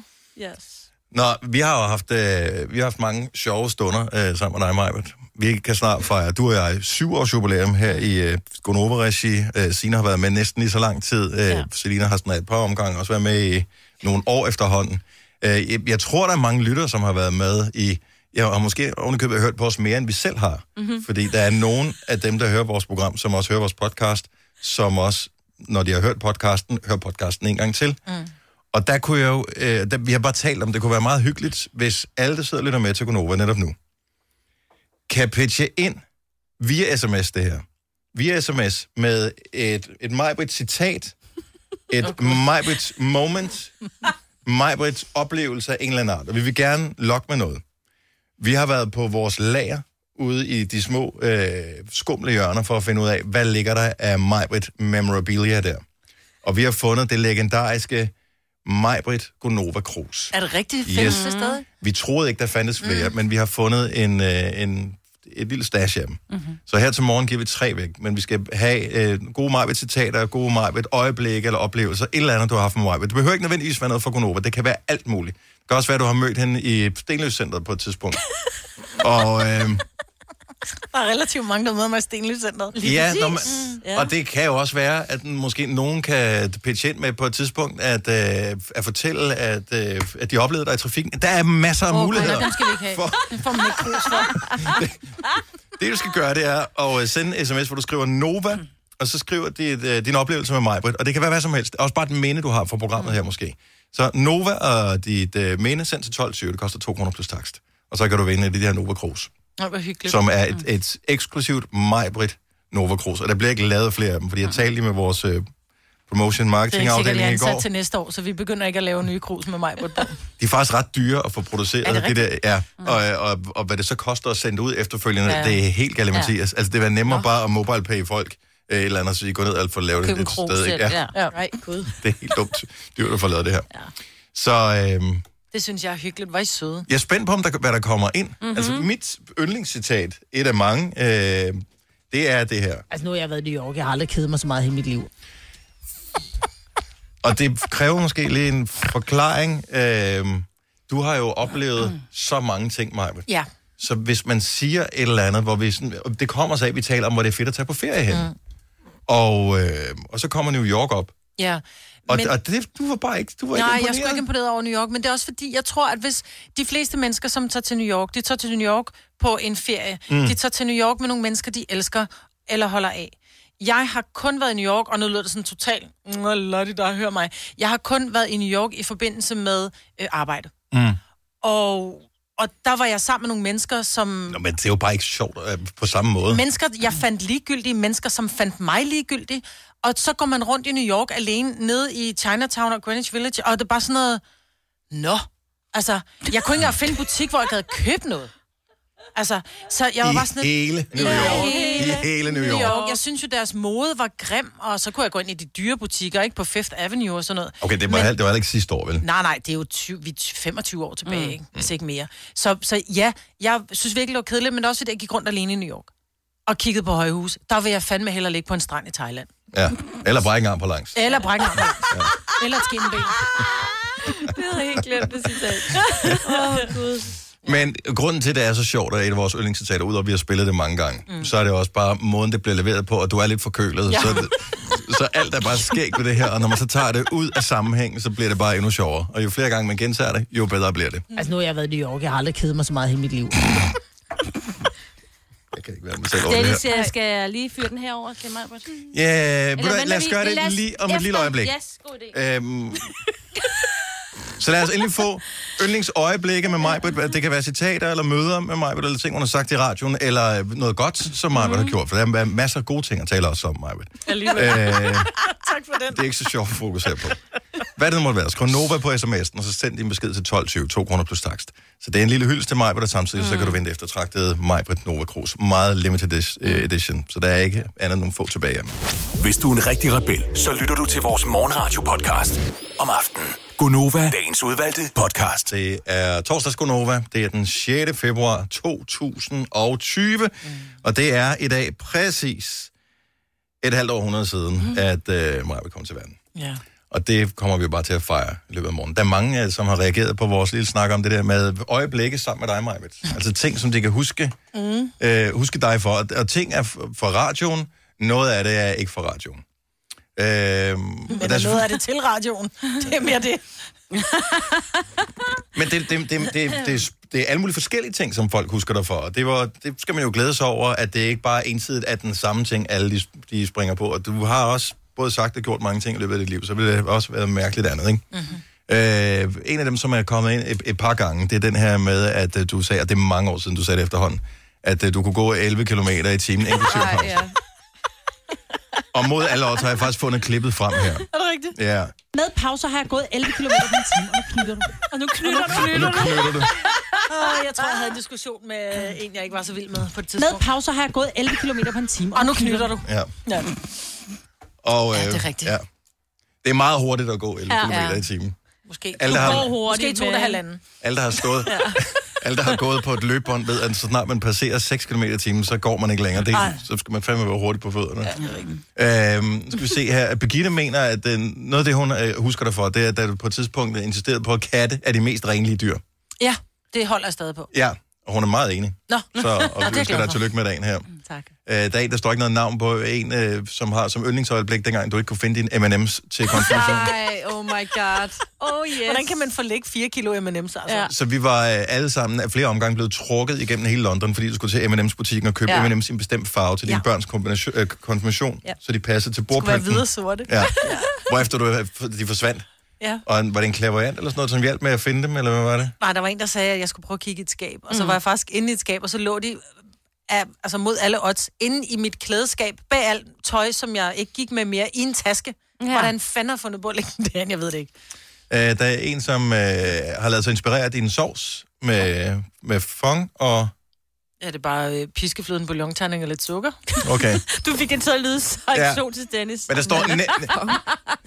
Yes.
Nå, vi har jo haft, øh, vi har haft mange sjove stunder øh, sammen med dig, Majbert. Vi kan snart fejre, du og jeg, syv års jubilæum her i øh, Gonova-regi. Øh, Sina har været med næsten lige så lang tid. Øh, ja. Selina har sådan et par omgange også været med i nogle år efterhånden. Øh, jeg, jeg tror, der er mange lyttere, som har været med i... Jeg har måske ovenikøbet hørt på os mere, end vi selv har. Mm-hmm. Fordi der er nogen af dem, der hører vores program, som også hører vores podcast, som også, når de har hørt podcasten, hører podcasten en gang til. Og der kunne jeg jo, øh, der, vi har bare talt om, det kunne være meget hyggeligt, hvis alle, der sidder og lytter med til Gonova netop nu, kan pitche ind via sms det her. Via sms med et, et Majbrit citat, et okay. Majbrit moment, Majbrits oplevelse af en eller anden art. Og vi vil gerne lokke med noget. Vi har været på vores lager ude i de små øh, skumle hjørner for at finde ud af, hvad ligger der af Majbrit memorabilia der. Og vi har fundet det legendariske Majbrit Gonova Cruz.
Er det rigtigt? Findes
Mm.
det stadig?
Vi troede ikke, der fandtes flere, mm. men vi har fundet en, øh, en, et lille stash af dem. Mm-hmm. Så her til morgen giver vi tre væk, men vi skal have øh, gode Majbet-citater, gode Majbet-øjeblikke eller oplevelser, et eller andet, du har haft med Majbet. Det behøver ikke nødvendigvis være noget fra Gonova, det kan være alt muligt. Det kan også være, at du har mødt hende i Stenløs Centeret på et tidspunkt. og øh,
Der er relativt mange, der møder mig i Stenløscenteret.
ja, når man, Mm, ja, og det kan jo også være, at måske nogen kan pitche ind med på et tidspunkt, at, øh, at fortælle, at, øh, at de oplevede dig i trafikken. Der er masser af oh, muligheder.
Nej, dem skal vi ikke have.
For-
Det får man ikke krus for.
Det, du skal gøre, det er at øh, sende en sms, hvor du skriver Nova,
Mm.
og så skriver dit, øh, din oplevelse med mig, og det kan være hvad som helst. Også bare et minde, du har for programmet
Mm.
her måske. Så Nova og dit øh, minde sendt til 12.20, det koster 2 kroner plus takst. Og så kan du vinde det der Nova Cruz,
Nå, hvor hyggeligt.
som er
Mm.
et, et eksklusivt Majbrit Nova Cruz. Og der bliver ikke lavet flere af dem, fordi jeg talte lige med vores øh, promotion
det er ikke sikkert, jeg er
marketingafdeling i
ansat
går.
til næste år, så vi begynder ikke at lave nye krus med mig på et bord.
De er faktisk ret dyre at få produceret.
Er det
det der, ja. og, og, og, hvad det så koster at sende ud efterfølgende,
Ja.
ja. det er helt galt,
Ja.
ja. Altså, det vil være nemmere bare at mobile pay folk øh, et eller andet, så de går ned og får lavet det
Købe en
et
krog
sted.
selv.
ikke? Ja.
Ja. ja. Nej, gud.
Det er helt dumt, dyrt at få lavet det her. Ja. Så øh,
Det synes jeg er hyggeligt. Hvor er I søde.
jeg er spændt på, om der, hvad der kommer ind. Mm-hmm. Altså, mit yndlingscitat, et af mange, øh, det er det her.
Altså, nu har jeg været i New York. Jeg har aldrig kedet mig så meget i mit liv.
Og det kræver måske lige en forklaring. Øh, du har jo oplevet så mange ting, Maja.
Ja.
Så hvis man siger et eller andet, hvor vi sådan, og det kommer sig af, at vi taler om, hvor det er fedt at tage på ferie hen. Mm. Og, øh, og så kommer New York op.
Ja.
Og, men, og det, du var bare ikke, du var
Nej,
ikke
jeg skulle ikke imponeret over New York, men det er også fordi, jeg tror, at hvis de fleste mennesker, som tager til New York, de tager til New York på en ferie. Mm.
Mm.
De tager til New York med nogle mennesker, de elsker eller holder af. Jeg har kun været i New York, og nu lyder det sådan totalt, "Nå, lad det der, hør mig. Jeg har kun været i New York i forbindelse med øh, arbejde.
Mm.
Og, og der var jeg sammen med nogle mennesker, som...
Nå, men det er jo bare ikke sjovt øh, på samme måde.
Mennesker, jeg fandt ligegyldige, mennesker, som fandt mig ligegyldige. Og så går man rundt i New York alene, nede i Chinatown og Greenwich Village, og det er bare sådan noget... Nå, altså, jeg kunne ikke engang finde en butik, hvor jeg havde købt noget. Altså, så jeg var
I
bare sådan... lidt-
hele New York. I hele New York.
Jeg synes jo, deres mode var grim, og så kunne jeg gå ind i de dyre butikker, ikke på Fifth Avenue og sådan noget.
Okay, det var,
Men-
Men... det var heller ikke sidste år, vel?
Nej, nej, det er jo 20, vi er 25 år tilbage, mm. ikke? hvis ikke mere. Så, så ja, jeg synes virkelig, det var kedeligt, men også fordi jeg gik rundt alene i New York og kiggede på højhus. Der vil jeg fandme hellere ligge på en strand i Thailand.
Ja. Eller bare ikke engang på langs.
Eller brække en arm. Eller et skinben.
Det havde jeg helt glemt, det citat. Åh, oh, Gud.
Men grunden til, at det er så sjovt, og et af vores yndlingscitater, udover at vi har spillet det mange gange, mm. så er det også bare måden, det bliver leveret på, og du er lidt forkølet.
Ja.
Ja. Så, det- så alt er bare skægt ved det her, og når man så tager det ud af sammenhængen, så bliver det bare endnu sjovere. Og jo flere gange man gentager det, jo bedre bliver det.
Mm.
Altså, nu har jeg været i New York. Jeg har aldrig kedet mig så meget i hele mit liv.
Jeg kan ikke være mig selv over det
Dennis,
her.
jeg skal lige fyre den herover til mig.
Ja, yeah,
Eller venter
lad os
vi-
gøre det
lad os-
lige om et
efter-
lille øjeblik.
Yes, god idé.
Øhm, så lad os endelig få yndlingsøjeblikke med mig. Det kan være citater eller møder med mig, eller ting, hun har sagt i radioen, eller øh, noget godt, som mig
Mm.
har gjort. For der er masser af gode ting at tale også om, mig.
Alligevel.
Øh.
tak for den.
Det er ikke så sjovt at fokusere på. Hvad det nu måtte være, skriv Nova på sms'en, og så send din besked til 1220, 2 kroner plus takst. Så det er en lille hyldest til Majbrit, og samtidig mm. så kan du vinde eftertragtet Majbrit Nova Cruz. Meget limited dis- øh, edition, så der er ikke andet end nogle få tilbage.
Hvis du er en rigtig rebel, så lytter du til vores morgenradio-podcast om aftenen. Gunova, dagens udvalgte podcast.
Det er torsdags Gunova, det er den 6. februar 2020, mm. og det er i dag præcis et halvt århundrede siden, mm. at øh, Majbrit kom til verden.
Mhm. Ja.
Og det kommer vi jo bare til at fejre i løbet af morgenen. Der er mange, øh, som har reageret på vores lille snak om det der med øjeblikke sammen med dig, Majbet. Altså ting, som de kan huske,
Mhm.
Mm.
øh, huske dig for. Og, og ting er f- for radioen, noget af det er ikke for radioen. Øh,
Men der er noget af det til radioen. Det er mere det.
Men det, det, det, det, det, det er alle mulige forskellige ting, som folk husker dig for. Og det, var, det skal man jo glæde sig over, at det ikke bare ensidigt er den samme ting, alle de, de springer på. Og du har også både sagt og gjort mange ting i løbet af dit liv, så ville det også være mærkeligt andet, ikke? Mm-hmm. Øh, en af dem, som er kommet ind et, et par gange, det er den her med, at øh, du sagde, og det er mange år siden, du sagde det efterhånden, at øh, du kunne gå 11 km i timen, inklusive
Ej,
pause.
ja.
Og mod alle odds har jeg faktisk fundet klippet frem her.
Er det rigtigt?
Ja.
Med pauser har jeg gået 11 km i timen, og nu knytter du.
Og nu knytter du.
Og nu knytter du.
Åh, jeg tror, jeg havde en diskussion med en, jeg ikke var så vild med på et tidspunkt.
Med pauser har jeg gået 11 km på en time.
Og nu knytter du.
Ja.
Ja.
Og, øh,
Ja, det er rigtigt.
Ja. Det er meget hurtigt at gå 11
Ja.
km
Ja.
i timen.
Måske.
Alle, der har,
Måske to og halvanden.
alle, der har stået... Alle, der har gået på et løbebånd, ved, at så snart man passerer 6 km i timen, så går man ikke længere. Det,
Nej.
så skal man fandme være hurtig på fødderne.
er rigtigt.
Øhm, nu skal vi se her. Birgitte mener, at øh, noget af det, hun øh, husker dig for, det er, at da du på et tidspunkt insisterede på, at katte er de mest renlige dyr.
Ja, det holder jeg stadig på.
Ja, og hun er meget enig.
Nå.
Så og
Nå, det er
vi
jeg
ønsker
glad
dig
for.
tillykke med dagen her.
Tak.
Øh, der er en, der står ikke noget navn på en, øh, som har som yndlingsøjeblik, dengang du ikke kunne finde din M&M's til konfirmation.
Nej, oh my god. Oh yes. Hvordan kan man forlægge 4 kilo M&M's? Altså? Ja.
Så vi var øh, alle sammen af flere omgange blevet trukket igennem hele London, fordi du skulle til M&M's butikken og købe
Ja.
ja. M&M's i en bestemt farve til dine ja. børns kombination- øh, konfirmation,
Ja.
ja. så de passede til
Det skulle være
bordplanten.
hvide og sorte.
Ja. Hvorefter du, øh, de forsvandt.
ja.
Og en- var det en klaverant eller sådan noget, som hjalp med at finde dem, eller hvad var det?
Nej, der var en, der sagde, at jeg skulle prøve at kigge i et skab. Og så
Mhm.
var jeg faktisk inde i et skab, og så lå de af, altså mod alle odds, inde i mit klædeskab, bag alt tøj, som jeg ikke gik med mere, i en taske. Ja. Hvordan fanden har jeg fundet på at lægge den derhen? Jeg ved det ikke.
Øh, der er en, som øh, har lavet sig inspirere af din sovs med, med fong og...
Er det bare øh, piskefløden, bouillonterning og lidt sukker?
Okay.
Du fik den til at lyde så
Ja.
eksotisk, Dennis.
Men der står ne-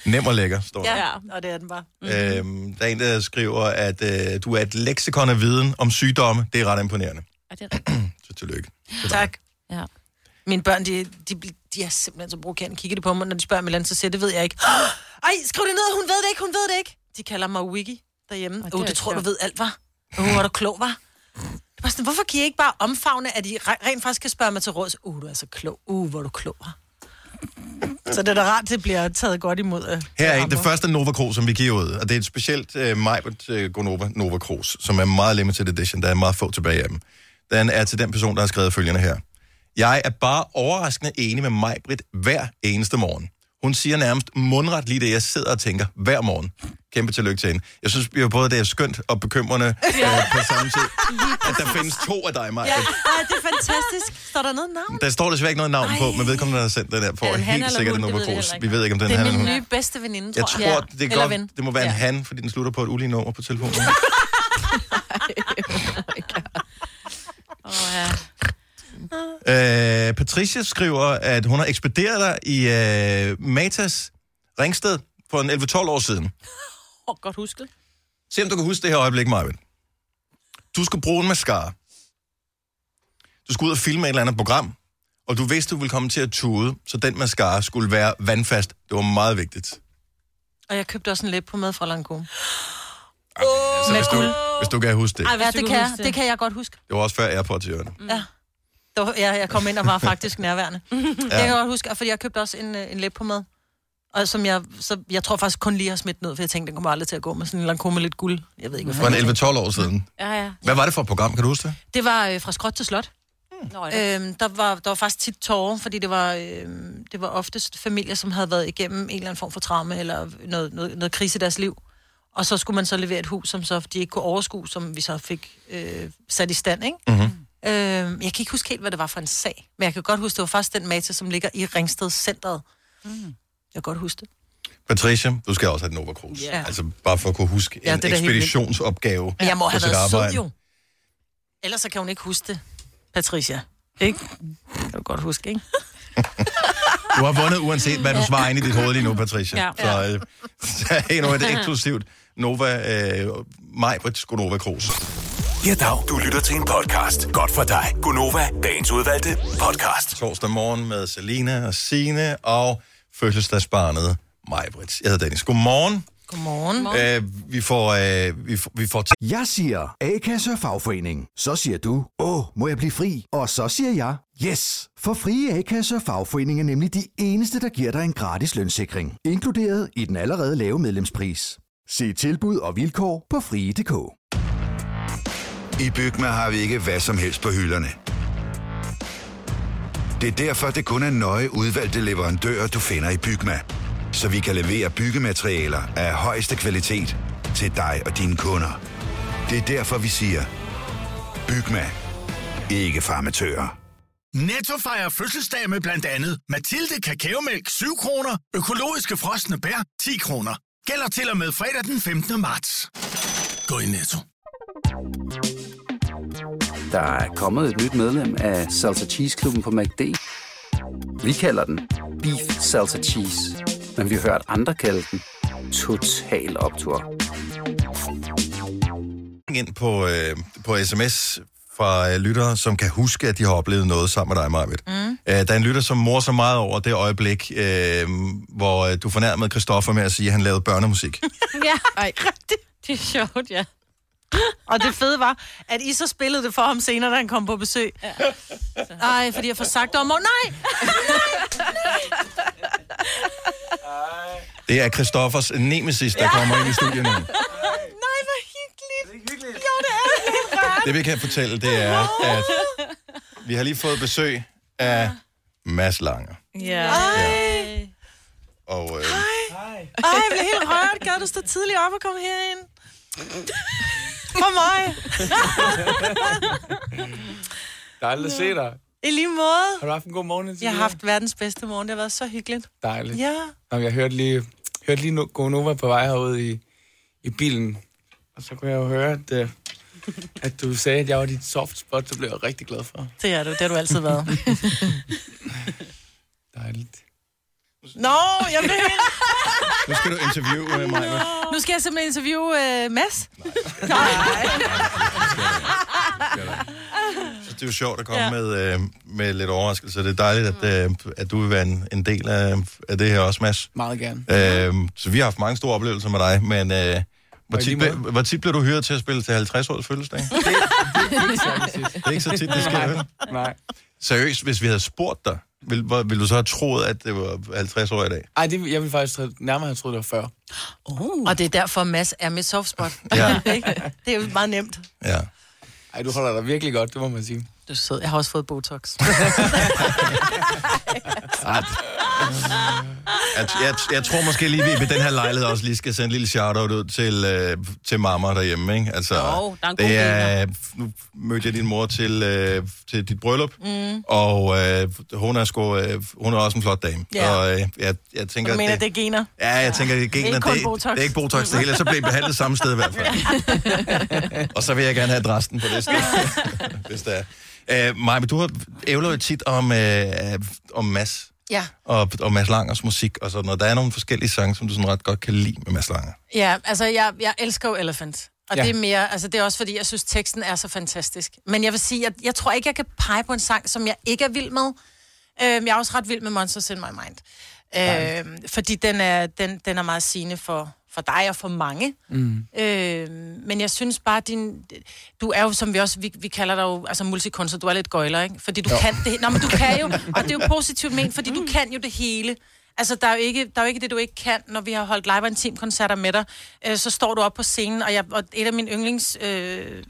Nem og lækker, står der.
Ja,
og det er den bare.
Øhm, der er en, der skriver, at øh, du er et leksikon af viden om sygdomme. Det er ret imponerende.
Er det
Så tillykke.
Tak.
Ja.
Mine børn, de, de, bl- de er simpelthen så brugkærende. Kigger de på mig, når de spørger mig, eller andet, så siger jeg, det ved jeg ikke. Ej, skriv det ned, hun ved det ikke, hun ved det ikke. De kalder mig Wiggy derhjemme.
det
Åh, uh,
er
det tror du
sjovt.
ved alt, var. Åh, uh, hvor er du klog, var. Bare sådan, hvorfor kan I ikke bare omfavne, at I re- rent faktisk kan spørge mig til råd? Uh, du er så klog. Uh, hvor er du klog, var. Så det er da rart, det bliver taget godt imod. øh,
Her er
rammer.
en, det første Nova Cruz, som vi giver ud, og det er et specielt øh, Majbert øh, Gonova Nova Cruz, som er meget limited edition, der er meget få tilbage af dem. Den er til den person, der har skrevet følgende her. Jeg er bare overraskende enig med Majbrit hver eneste morgen. Hun siger nærmest mundret lige det, jeg sidder og tænker hver morgen. Kæmpe tillykke til hende. Jeg synes jo både, det er skønt og bekymrende øh, på samme tid, at der findes to af dig, Majbrit.
Ja, ej, det er fantastisk. Står der noget navn?
Der står desværre ikke noget navn på, men vedkommende, der har sendt den der, får
Er det en han
helt
eller
sikkert en
hun? Det
Nova
ved jeg
Cruz.
heller ikke.
Vi ved ikke, om den
det er
han
min
hun.
nye bedste veninde, tror
Jeg
jeg.
tror, ja. det, er
Eller
godt,
ven.
det må være ja. en han, fordi den slutter på et ulige nummer på telefonen.
Åh,
Øh, Patricia skriver, at hun har ekspederet dig i øh, Matas Ringsted for en 11-12 år siden.
Åh, godt husket.
Se om du kan huske det her øjeblik, Marvin. Du skulle bruge en mascara. Du skulle ud og filme et eller andet program, og du vidste, du ville komme til at tude, så den mascara skulle være vandfast. Det var meget vigtigt.
Og jeg købte også en læb på med fra Lancome.
Altså, hvis, du, hvis du kan huske det.
Ej, ja, det kan, jeg,
det.
det kan jeg godt huske. Mm.
det var også før Airpods i ørerne.
Ja. Det var, jeg, jeg kom ind og var faktisk nærværende. ja. Det kan jeg godt huske, og fordi jeg købte også en, øh, en læb på med. Og som jeg, så jeg tror faktisk kun lige har smidt ned, for jeg tænkte, den kommer aldrig til at gå med sådan en Lancome med lidt guld. Jeg ved ikke,
For
hvorfor.
en 11-12 år siden.
Ja, ja.
Hvad var det for et program, kan du huske det?
Det var øh, fra skråt til slot. Mm.
Øh.
Øhm, der, var, der var faktisk tit tårer, fordi det var, øhm, det var oftest familier, som havde været igennem en eller anden form for traume eller noget, noget, noget krise i deres liv. Og så skulle man så levere et hus, som så de ikke kunne overskue, som vi så fik øh, sat i stand, ikke?
Mm-hmm.
Øhm, jeg kan ikke huske helt, hvad det var for en sag, men jeg kan godt huske, det var faktisk den mate, som ligger i Ringsted Centeret. Mm. Jeg kan godt huske det.
Patricia, du skal også have den Nova Cruz.
Ja.
Altså bare for at kunne huske
Ja,
ja,
det
en
er da helt vildt.
ekspeditionsopgave.
Men jeg må
på
have
sit
været sød
arbejde.
jo. Ellers så kan hun ikke huske det, Patricia. Ikke? Kan du godt huske, ikke?
Du har vundet uanset, hvad du svarer ind i dit hoved lige nu, Patricia.
Ja.
Ja. Så, øh, så endnu et eksklusivt Nova, øh, mig på Nova Cruz.
Ja, dag. Du lytter til en podcast. Godt for dig. Gunova, dagens udvalgte podcast.
Torsdag morgen med Selina og Sine og fødselsdagsbarnet Majbrits. Jeg hedder Dennis. Godmorgen.
Godmorgen.
Øh, vi får... Øh, vi, får- vi får t-
Jeg siger A-kasse og fagforening. Så siger du, åh, må jeg blive fri? Og så siger jeg, yes! For frie A-kasse og fagforening er nemlig de eneste, der giver dig en gratis lønssikring. Inkluderet i den allerede lave medlemspris. Se tilbud og vilkår på frie.dk.
I Bygma har vi ikke hvad som helst på hylderne. Det er derfor, det kun er nøje udvalgte leverandører, du finder i Bygma. Så vi kan levere byggematerialer af højeste kvalitet til dig og dine kunder. Det er derfor, vi siger, Bygma. Ikke farmatører.
Netto fejrer fødselsdag med blandt andet Mathilde Kakaomælk 7 kroner, økologiske frosne bær 10 kroner. Gælder til og med fredag den 15. marts. Gå i Netto.
Der er kommet et nyt medlem af Salsa Cheese Klubben på MACD. Vi kalder den Beef Salsa Cheese, men vi har hørt andre kalde den Total Optor.
ind på, øh, på sms fra øh, lyttere, som kan huske, at de har oplevet noget sammen med dig, Marvitt. Mm. Øh, der er en lytter, som morer sig meget over det øjeblik, øh, hvor øh, du fornærmede Christoffer med at sige, at han lavede børnemusik.
ja, Ej. rigtigt. Det er sjovt, ja. Og det fede var, at I så spillede det for ham senere, da han kom på besøg. Ja. Ej, fordi jeg får sagt om morgenen. Nej!
Det er Christoffers nemesis, der kommer ind i studiet nu.
Nej, hvor hyggeligt. Det er ikke hyggeligt. Jo, det er det.
Det vi kan fortælle, det er, at vi har lige fået besøg af Mads Langer.
Ja. Ej.
Og øh,
Ej, jeg blev helt rørt. Gad du stå tidligt op og komme herind? For mig.
Dejligt at se dig.
I lige måde.
Har du haft en god morgen? indtil
Jeg har
videre?
haft verdens bedste morgen. Det har været så hyggeligt.
Dejligt.
Ja.
Nå, jeg hørte lige, hørte lige no- Gonova på vej herude i, i bilen, og så kunne jeg jo høre, at, øh, at du sagde, at jeg var dit soft spot, det blev jeg rigtig glad for.
Det er du. Det har du altid været.
Dejligt.
Nå, jeg blev helt...
nu skal du interviewe med mig.
Nu skal jeg simpelthen interviewe
øh,
uh, Mads.
Så det er jo sjovt at komme ja. med, øh, med lidt overraskelse. Det er dejligt, at, øh, at du vil være en, en del af, af det her også, Mads.
Meget gerne.
Øh, så vi har haft mange store oplevelser med dig, men øh, hvor, tit, ble- hvor tit bliver du hyret til at spille til 50-års fødselsdag? Det er ikke så tit, det sker, vel?
Nej.
Seriøst, hvis vi havde spurgt dig, ville, hvor- ville du så have troet, at det var 50 år i dag?
Ej, det, jeg ville faktisk tro- nærmere have troet, det var 40.
Uh. Og det er derfor, Mads er mit softspot.
Ja.
Ikke? det er jo meget nemt.
Ja.
Ej, du holder dig virkelig godt, det må man sige.
Du er sød. Jeg har også fået Botox.
Ah,
Ej. Jeg, jeg, jeg tror måske lige, vi ved den her lejlighed også lige skal sende en lille shout-out ud til, øh, til mamma derhjemme, ikke? Altså,
Jo, der er en god
det er, nu mødte jeg din mor til, øh, til dit bryllup, mm. og øh, hun, er sgu, øh, hun er også en flot dame.
Ja.
Og øh, jeg, jeg tænker,
Du mener, det
det,
er gener?
Ja, jeg tænker, det er gener.
Ikke kun
det,
Botox.
det er ikke Botox, det hele. Så bliver I behandlet samme sted i hvert fald. og så vil jeg gerne have adressen på det, hvis det er. Øh, Maja, men du har ævler jo tit om, øh, om Mads.
Ja.
Og, og Mads Langers musik og sådan noget. Der er nogle forskellige sange, som du sådan ret godt kan lide med Mads Langer.
Ja, altså jeg, jeg elsker jo Elephant. Og
Ja.
ja. det er mere, altså det er også fordi, jeg synes, teksten er så fantastisk. Men jeg vil sige, jeg, jeg tror ikke, jeg kan pege på en sang, som jeg ikke er vild med. Øhm, jeg er også ret vild med Monsters in My Mind. Øhm, fordi den er, den, den er meget sigende for, for dig og for mange.
Mm.
Øh, men jeg synes bare, din, du er jo, som vi også vi, vi kalder dig jo, altså multikunstner, du er lidt gøjler, ikke? Fordi du jo. kan det Nå, men du kan jo, og det er jo positivt ment, fordi du kan jo det hele. Altså, der er, jo ikke, der er jo ikke det, du ikke kan, når vi har holdt live og intimkoncerter med dig. Øh, så står du op på scenen, og, jeg, og et af mine yndlings øh,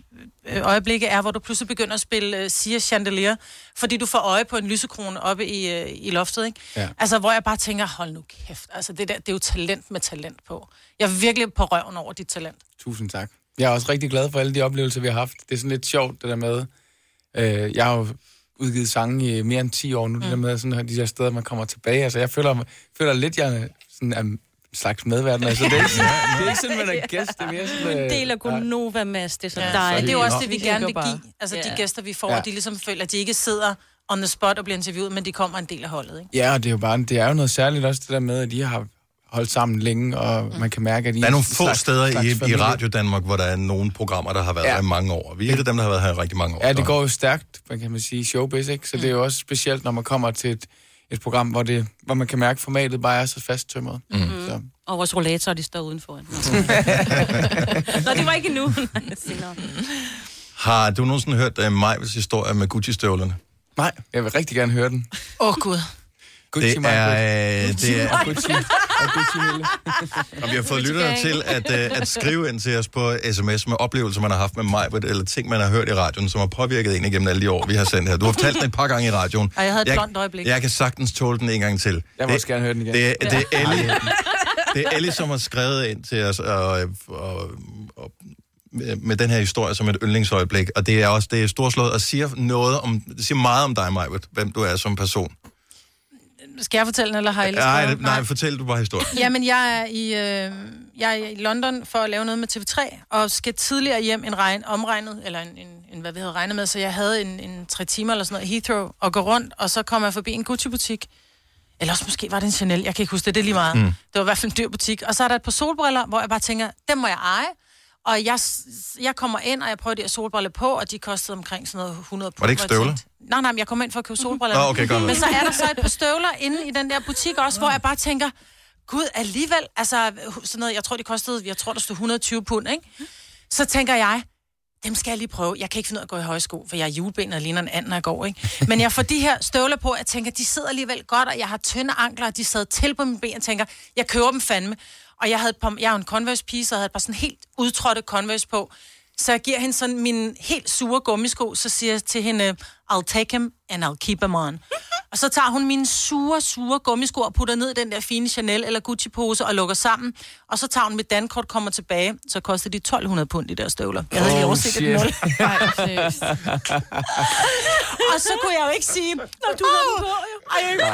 øh, øjeblikke er, hvor du pludselig begynder at spille øh, Sia Chandelier, fordi du får øje på en lysekrone oppe i, øh, i loftet, ikke?
Ja.
Altså, hvor jeg bare tænker, hold nu kæft, altså, det, der, det er jo talent med talent på. Jeg er virkelig på røven over dit talent.
Tusind tak. Jeg er også rigtig glad for alle de oplevelser, vi har haft. Det er sådan lidt sjovt, det der med... Øh, jeg har jo udgivet sange i mere end 10 år nu, mm. det der med sådan her, de der steder, man kommer tilbage. Altså, jeg føler, føler lidt, jeg er sådan er en slags medverden. Altså, det er ikke, sådan- det er ikke sådan, man er gæst. Det er mere sådan...
En
øh,
del af Gunova Mads, det er så
Ja.
dejligt.
Og det er jo også det, vi
Vi
gerne vil
hygger bare.
give. Altså
Ja.
de gæster, vi får,
Ja.
ja. de ligesom føler, at de ikke sidder on the spot og bliver interviewet, men de kommer en del af holdet, ikke?
Ja, og det er jo bare det er jo noget særligt også, det der med, at I har holdt sammen længe, og mm. man kan mærke, at I
Der er nogle
en
få
slags-
steder
slags
i, i
familie.
Radio Danmark, hvor der er nogle programmer, der har været ja.
Ja.
her i mange år. Vi er et af dem, der har været her i rigtig mange år.
Ja, det går jo stærkt, man kan man sige, i showbiz, ikke? Så mm. det er jo også specielt, når man kommer til et, et program, hvor, det, hvor man kan mærke, at formatet bare er så fasttømret. Mm. Så.
Og vores rollator, de står udenfor. Nå, det var ikke nu.
Har du nogensinde hørt uh, Majvels historie med Gucci-støvlerne?
Nej, jeg vil rigtig gerne høre den.
Åh, oh, Gud.
Det er... øh,
Gucci,
Det er
Ah,
og Gucci, og Gucci-hæle.
og vi har fået lytterne til at, øh, at skrive ind til os på sms med oplevelser, man har haft med Majbert, eller ting, man har hørt i radioen, som har påvirket en igennem alle de år, vi har sendt her. Du har fortalt den et par gange i radioen.
Og jeg havde et blondt øjeblik.
Jeg kan sagtens tåle den en gang til.
Jeg vil også gerne høre den igen.
Det, det, er Ellie, det er Ellie, som har skrevet ind til os og, og, og, med den her historie som et yndlingsøjeblik, og det er også det er storslået og siger, noget om, det siger meget om dig, Majbert, hvem du er som person.
Skal jeg fortælle den, eller har I ellers
Nej,
skrevet den?
nej, fortæl du bare historien.
Jamen, jeg er, i, øh, jeg er i London for at lave noget med TV3, og skal tidligere hjem en regn, omregnet, eller en, en, en, hvad vi havde regnet med, så jeg havde en, en tre timer eller sådan noget i Heathrow, og gå rundt, og så kom jeg forbi en Gucci-butik. Eller også måske var det en Chanel, jeg kan ikke huske det, det er lige meget.
Mm.
Mm. Det var i hvert fald en dyr butik. Og så er der et par solbriller, hvor jeg bare tænker, dem må jeg eje. Og jeg, s- jeg kommer ind, og jeg prøver de her solbriller på, og de kostede omkring sådan noget 100
Var det ikke
pund, hvor jeg
støvler?
tænkte, Nej, nej, men jeg kom ind for at købe solbriller.
Nå, okay, godt.
Men så er der så et par støvler inde i den der butik også, hvor jeg bare tænker, gud, alligevel, altså sådan noget, jeg tror, det kostede, jeg tror, der stod 120 pund, ikke? Så tænker jeg, dem skal jeg lige prøve. Jeg kan ikke finde ud af at gå i høje sko, for jeg er julebenet og ligner en anden, når jeg går, ikke? Men jeg får de her støvler på, jeg tænker, de sidder alligevel godt, og jeg har tynde ankler, og de sad til på mine ben, jeg tænker, jeg køber dem fandme. Og jeg, havde et par, jeg er jo en Converse-pige, så jeg havde et par sådan helt udtrådte Converse på. Så jeg giver hende sådan min helt sure gummisko, så siger jeg til hende, I'll take him and I'll keep him on. Og så tager hun mine sure, sure gummisko og putter ned i den der fine Chanel eller Gucci-pose og lukker sammen. Og så tager hun mit dankort kommer tilbage, så koster de 1200 pund, de der støvler. Jeg havde lige overset et nul. og så kunne jeg jo ikke sige, Nå, du har den på, jo. Ej,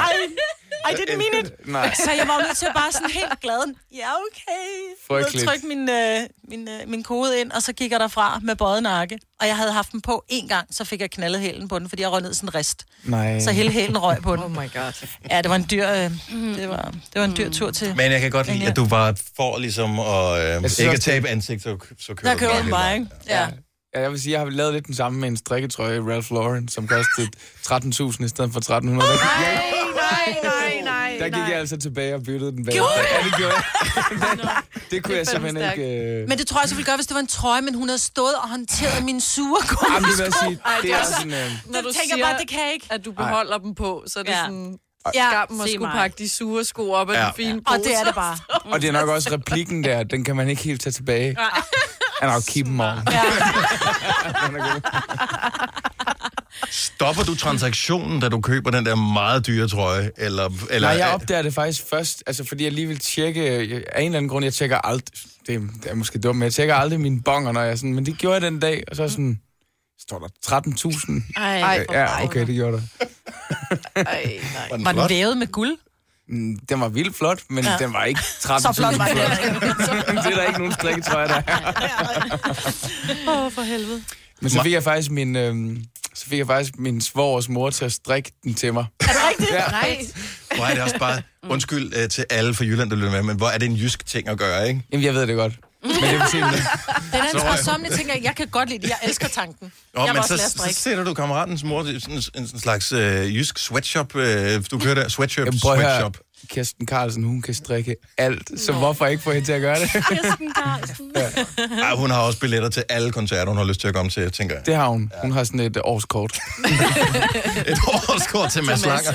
ej, I didn't mean it.
Nej.
Så jeg var jo nødt til at bare sådan helt glad. Ja, okay.
Frygteligt.
Jeg trykke min, øh, min, øh, min kode ind, og så gik jeg derfra med bøjet nakke. Og jeg havde haft den på en gang, så fik jeg knaldet hælen på den, fordi jeg røg ned i sådan en rist.
Nej.
Så hele hælen røg på den. Oh my god. Ja, det var en dyr, øh, det var, det var en dyr tur til.
Men jeg kan godt
den
lide,
her.
at du var for ligesom at øh,
synes
ikke at
også,
tabe ansigt, så, så kører
Der kører den bare, ikke? Ja.
Ja, jeg vil sige, jeg har lavet lidt den samme med en strikketrøje, Ralph Lauren, som kostede 13.000 i stedet for 1.300. Der,
nej, nej, nej.
der gik jeg altså tilbage og byttede den bag. Ja, det gjorde jeg. det kunne jeg simpelthen
stærkt.
ikke... Øh...
Men det tror jeg også, jeg ville gøre, hvis det var en trøje, men hun havde stået og håndteret min sure
Jamen, det vil
gummisko.
jeg sige, Ej, det det er er også- sådan, øh,
Når du
tænker
siger,
bare, det kan jeg ikke.
At du beholder dem på, så er det
Ja.
sådan...
Ja,
Ja, skammen at
se
skulle
mig.
pakke de sure sko op af
Ja.
den fine
Og
pose.
det er det bare.
Og det er nok også replikken der, den kan man ikke helt tage tilbage.
Nej.
And I'll keep them on.
Stopper du transaktionen, da du køber den der meget dyre trøje? Eller, eller,
Nej, jeg opdager det faktisk først, altså fordi jeg lige vil tjekke, øh, af en eller anden grund, jeg tjekker aldrig, det, er- det er måske dumt, men jeg tjekker aldrig mine bonger, når jeg sådan, men det gjorde jeg den dag, og så sådan, står der 13.000.
Ej,
Øh,
hvor
ja, okay, det gjorde der.
Ej, nej.
Var
Var
den
den,
flot?
vævet med guld?
Mm, Den var vildt flot, men ja.
Ja.
den var ikke 13.000 flot.
Så flot var den
det er der ikke nogen strikketrøjer, der er.
Åh, oh, for helvede.
Men så fik jeg faktisk min, øh, så fik jeg faktisk min svogers mor til at strikke den til mig.
Er det rigtigt? Ja. Nej.
Hvor er det også bare,
Mm.
undskyld øh, til alle fra Jylland, der lytter med, men hvor er det en jysk ting at gøre, ikke?
Jamen, jeg ved det godt. Men det er fordi,
Den er en
Så-
sparsomlig ting, at jeg kan godt lide det. Jeg elsker tanken.
Nå,
jeg
men
vil også
så,
lære at
så
strikke.
sætter du kammeratens mor til sådan en, en slags øh, jysk sweatshop. Øh, du kører der, sweatshop,
Jamen, prøv at høre.
sweatshop.
Kirsten Carlsen, hun kan strikke alt, så hvorfor ikke få hende til at gøre det?
Kirsten Carlsen.
Ej, hun har også billetter til alle koncerter, hun har lyst til at komme til, tænker jeg.
Det har hun. Hun har sådan et øh, årskort.
Et årskort til Mads Langer.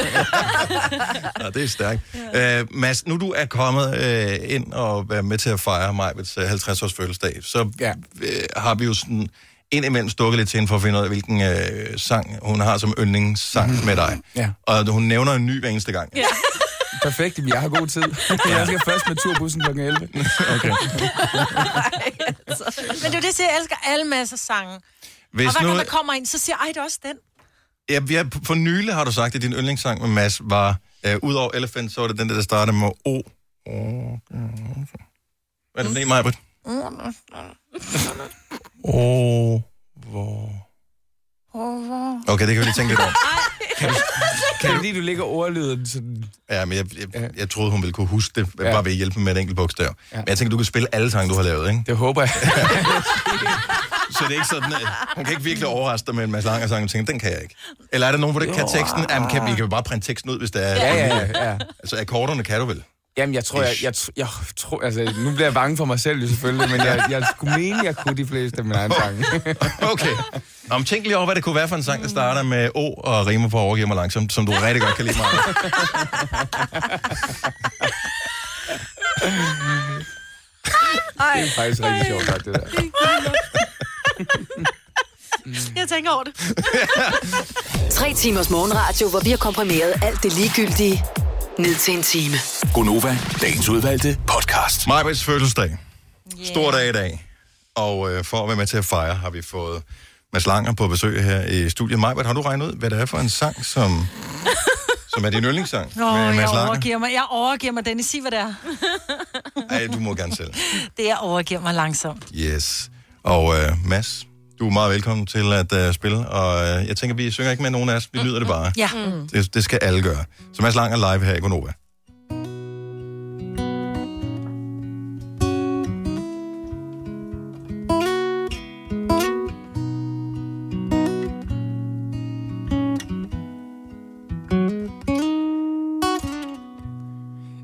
Ja, det er stærkt. Ja. Øh, Mads, nu du er kommet øh, ind og er med til at fejre Majbets øh, 50-års fødselsdag, så ja. øh, har vi jo sådan indimellem stukket lidt til hende for at finde ud af, hvilken øh, sang hun har som yndlingssang mm. med dig.
Mhm. Ja.
Og hun nævner en ny hver eneste gang.
Ja.
Perfekt, jamen, jeg har god tid. Jeg skal først med turbussen kl. 11.
Okay.
Men det er jo det, jeg siger, jeg elsker alle masser af sange. Hvis
Hvis
og hver gang
nu-
der kommer ind, så siger jeg, ej, det er også den.
Ja, ja, for nylig har du sagt, at din yndlingssang med Mads var, øh, udover Elephant, så var det den der, der startede med O. Hvad er det, Maja Britt? Åh, hvor... Okay, det kan vi lige tænke lidt om.
Kan det lige, du ligger ordlyden sådan...
Ja, men jeg, jeg, jeg troede, hun ville kunne huske det,
Ja.
ja. bare ved at hjælpe med et enkelt bogstav. Ja. Men jeg tænker, du kan spille alle sange, du har lavet, ikke?
Det håber jeg.
så det er ikke sådan, at hun kan ikke virkelig overraske dig med en masse lange sange, og tænker, den kan jeg ikke. Eller er der nogen, hvor det ikke kan teksten? Jamen, kan, vi kan jo bare printe teksten ud, hvis der er...
Ja, ja, ja.
Altså, akkorderne kan du vel?
Jamen, jeg tror, jeg, jeg, tr- jeg tror, altså, nu bliver jeg bange for mig selv jo selvfølgelig, men jeg, jeg skulle mene, jeg kunne de fleste af mine egne sange.
Okay. Nå, men tænk lige over, hvad det kunne være for en sang, der starter med O og rimer på overgiver mig langsomt, som du rigtig godt kan lide mig.
Ej.
Det er faktisk rigtig sjovt, godt, det der.
Jeg tænker over det.
Tre timers morgenradio, hvor vi har komprimeret alt det ligegyldige ned til en time.
Gonova, dagens udvalgte podcast.
Majbrits fødselsdag. Stor dag i dag. Og øh, for at være med til at fejre, har vi fået Mads Langer på besøg her i studiet. Majbrit, har du regnet ud, hvad det er for en sang, som, som er din yndlingssang?
Nå, jeg overgiver mig. Jeg overgiver mig, Dennis. Sig, hvad det er.
Ej, du må gerne selv.
Det er overgiver mig langsomt.
Yes. Og øh, Mads, du er meget velkommen til at øh, spille. Og øh, jeg tænker, vi synger ikke med nogen af os. Vi lyder det bare.
Ja. Mm.
Det, det skal alle gøre. Så Mads Lang er live her i Gonova.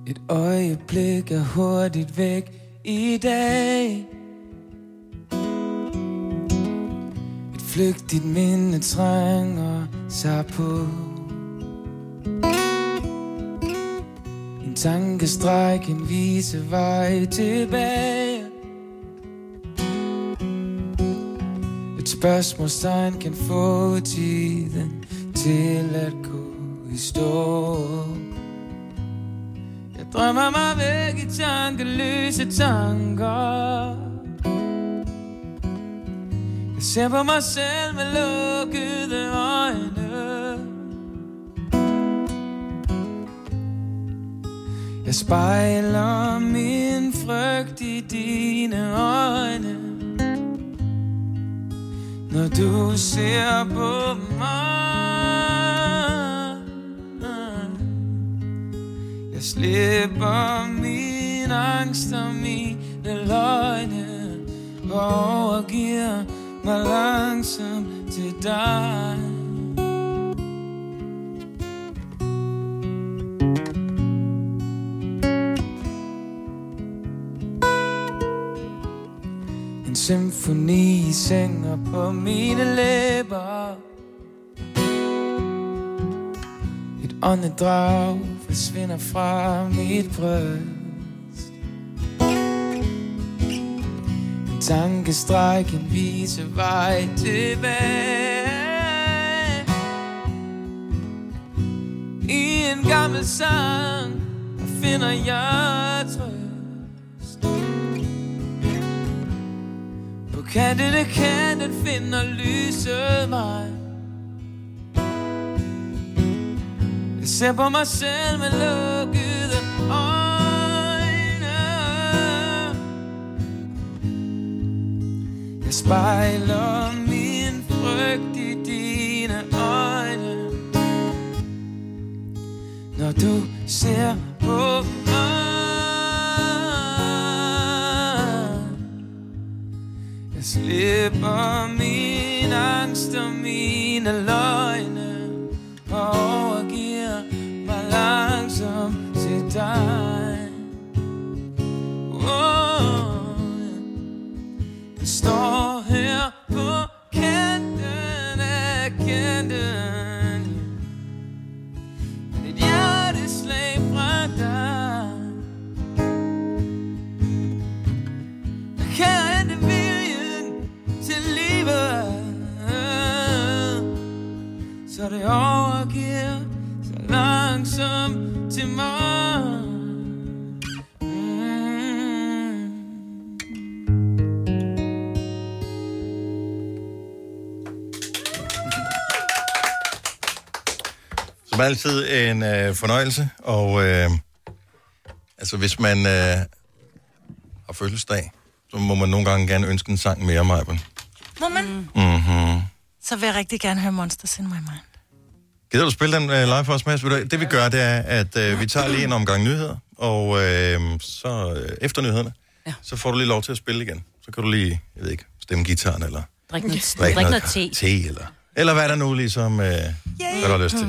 Et øjeblik er hurtigt væk i dag Et flygtigt minde trænger sig på En tankestræk kan vise vej tilbage Et spørgsmålstegn kan få tiden til at gå i stå jeg drømmer mig væk i tankeløse tanker Jeg ser på mig selv med lukkede øjne Jeg spejler min frygt i dine øjne Når du ser på mig jeg slipper min angst og mine løgne Og overgiver mig langsomt til dig En symfoni i seng og på mine læber Et åndedrag forsvinder fra mit bryst En tankestreg kan vise vej tilbage I en gammel sang der finder jeg trøst På kanten af kanten finder lyset mig Jeg ser på mig selv med lukkede øjne Jeg spejler min frygt i dine øjne Når du ser på mig Jeg slipper min angst og mine løgne Og overgiver mig langsomt til dig oh. Jeg står her på kanten af kanten Med et hjerteslag fra dig Jeg kan ikke viljen til livet Så det overgiver så langsomt til mig Mm.
Som altid en øh, fornøjelse, og øh, altså hvis man øh, har fødselsdag, så må man nogle gange gerne ønske en sang mere, Majben.
Må man?
Mm-hmm.
Så vil jeg rigtig gerne høre Monsters in My Mind.
Gider du spille den øh, live for os, Mads? Ved du hvad, Det vi gør, det er, at øh, vi tager lige en omgang nyheder, og øh, så øh, efter nyhederne, ja. så får du lige lov til at spille igen. Så kan du lige, jeg ved ikke, stemme gitaren, eller
Drik noget, drik noget te.
te eller, eller hvad der nu ligesom, øh, hvad du har lyst til.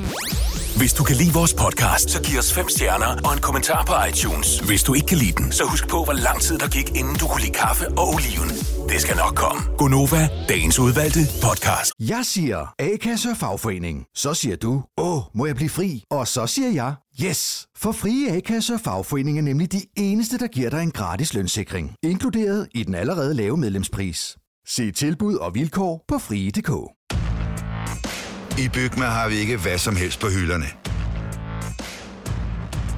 Hvis du kan lide vores podcast, så giv os fem stjerner og en kommentar på iTunes. Hvis du ikke kan lide den, så husk på, hvor lang tid der gik, inden du kunne lide kaffe og oliven. Det skal nok komme.
Gonova, dagens udvalgte podcast. Jeg siger A-kasse og fagforening. Så siger du, åh, må jeg blive fri? Og så siger jeg, yes! For frie A-kasse og fagforening er nemlig de eneste, der giver dig en gratis lønssikring. Inkluderet i den allerede lave medlemspris. Se tilbud og vilkår på frie.dk. I Bygma har vi ikke hvad som helst på hylderne.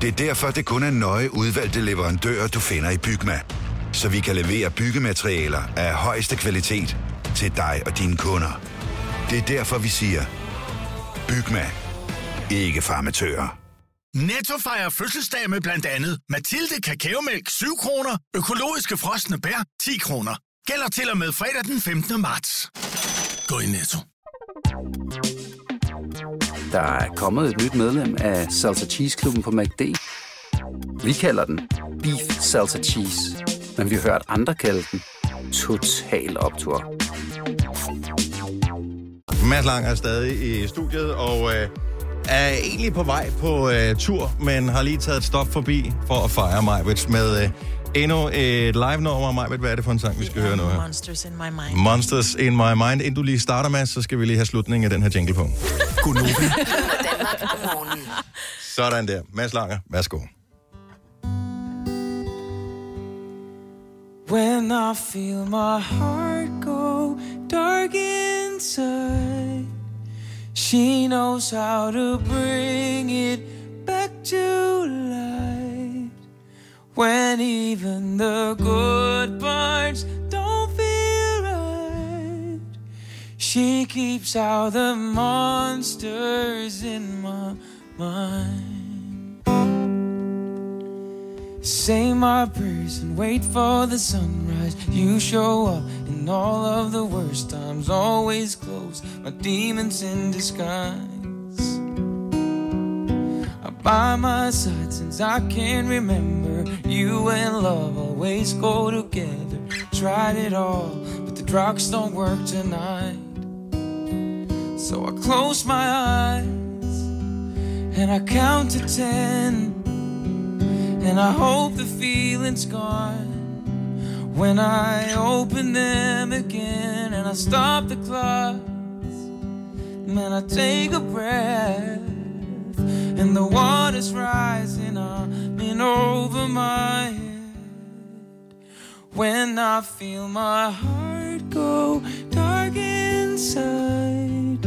Det er derfor, det kun er nøje udvalgte leverandører, du finder i Bygma. Så vi kan levere byggematerialer af højeste kvalitet til dig og dine kunder. Det er derfor, vi siger, Bygma. Ikke farmatører.
Netto fejrer fødselsdag med blandt andet Mathilde Kakaomælk 7 kroner, økologiske frosne bær 10 kroner. Gælder til og med fredag den 15. marts. Gå i Netto.
Der er kommet et nyt medlem af Salsa Cheese Klubben på MACD. Vi kalder den Beef Salsa Cheese, men vi har hørt andre kalde den Total Optor.
Mads Lang er stadig i studiet, og øh, er egentlig på vej på øh, tur, men har lige taget et stop forbi for at fejre Majbets med øh, endnu et live-nummer. Majbet, hvad er det for en sang, vi skal høre nu her?
Monsters in My Mind.
Monsters in my mind. Inden du lige starter, med, så skal vi lige have slutningen af den her jingle på. Godnova.
Danmark om morgenen.
Sådan der. Mads Langer, værsgo.
When I feel my heart go dark inside, she knows how to bring it back to light. When even the good parts don't feel right, she keeps out the monsters in my mind. Say my prayers and wait for the sunrise. You show up in all of the worst times, always close. My demons in disguise are by my side since I can remember. You and love always go together. Tried it all, but the drugs don't work tonight. So I close my eyes and I count to ten. And I hope the feeling's gone when I open them again and I stop the clock. Man, I take a breath and the water's rising up and over my head. When I feel my heart go dark inside,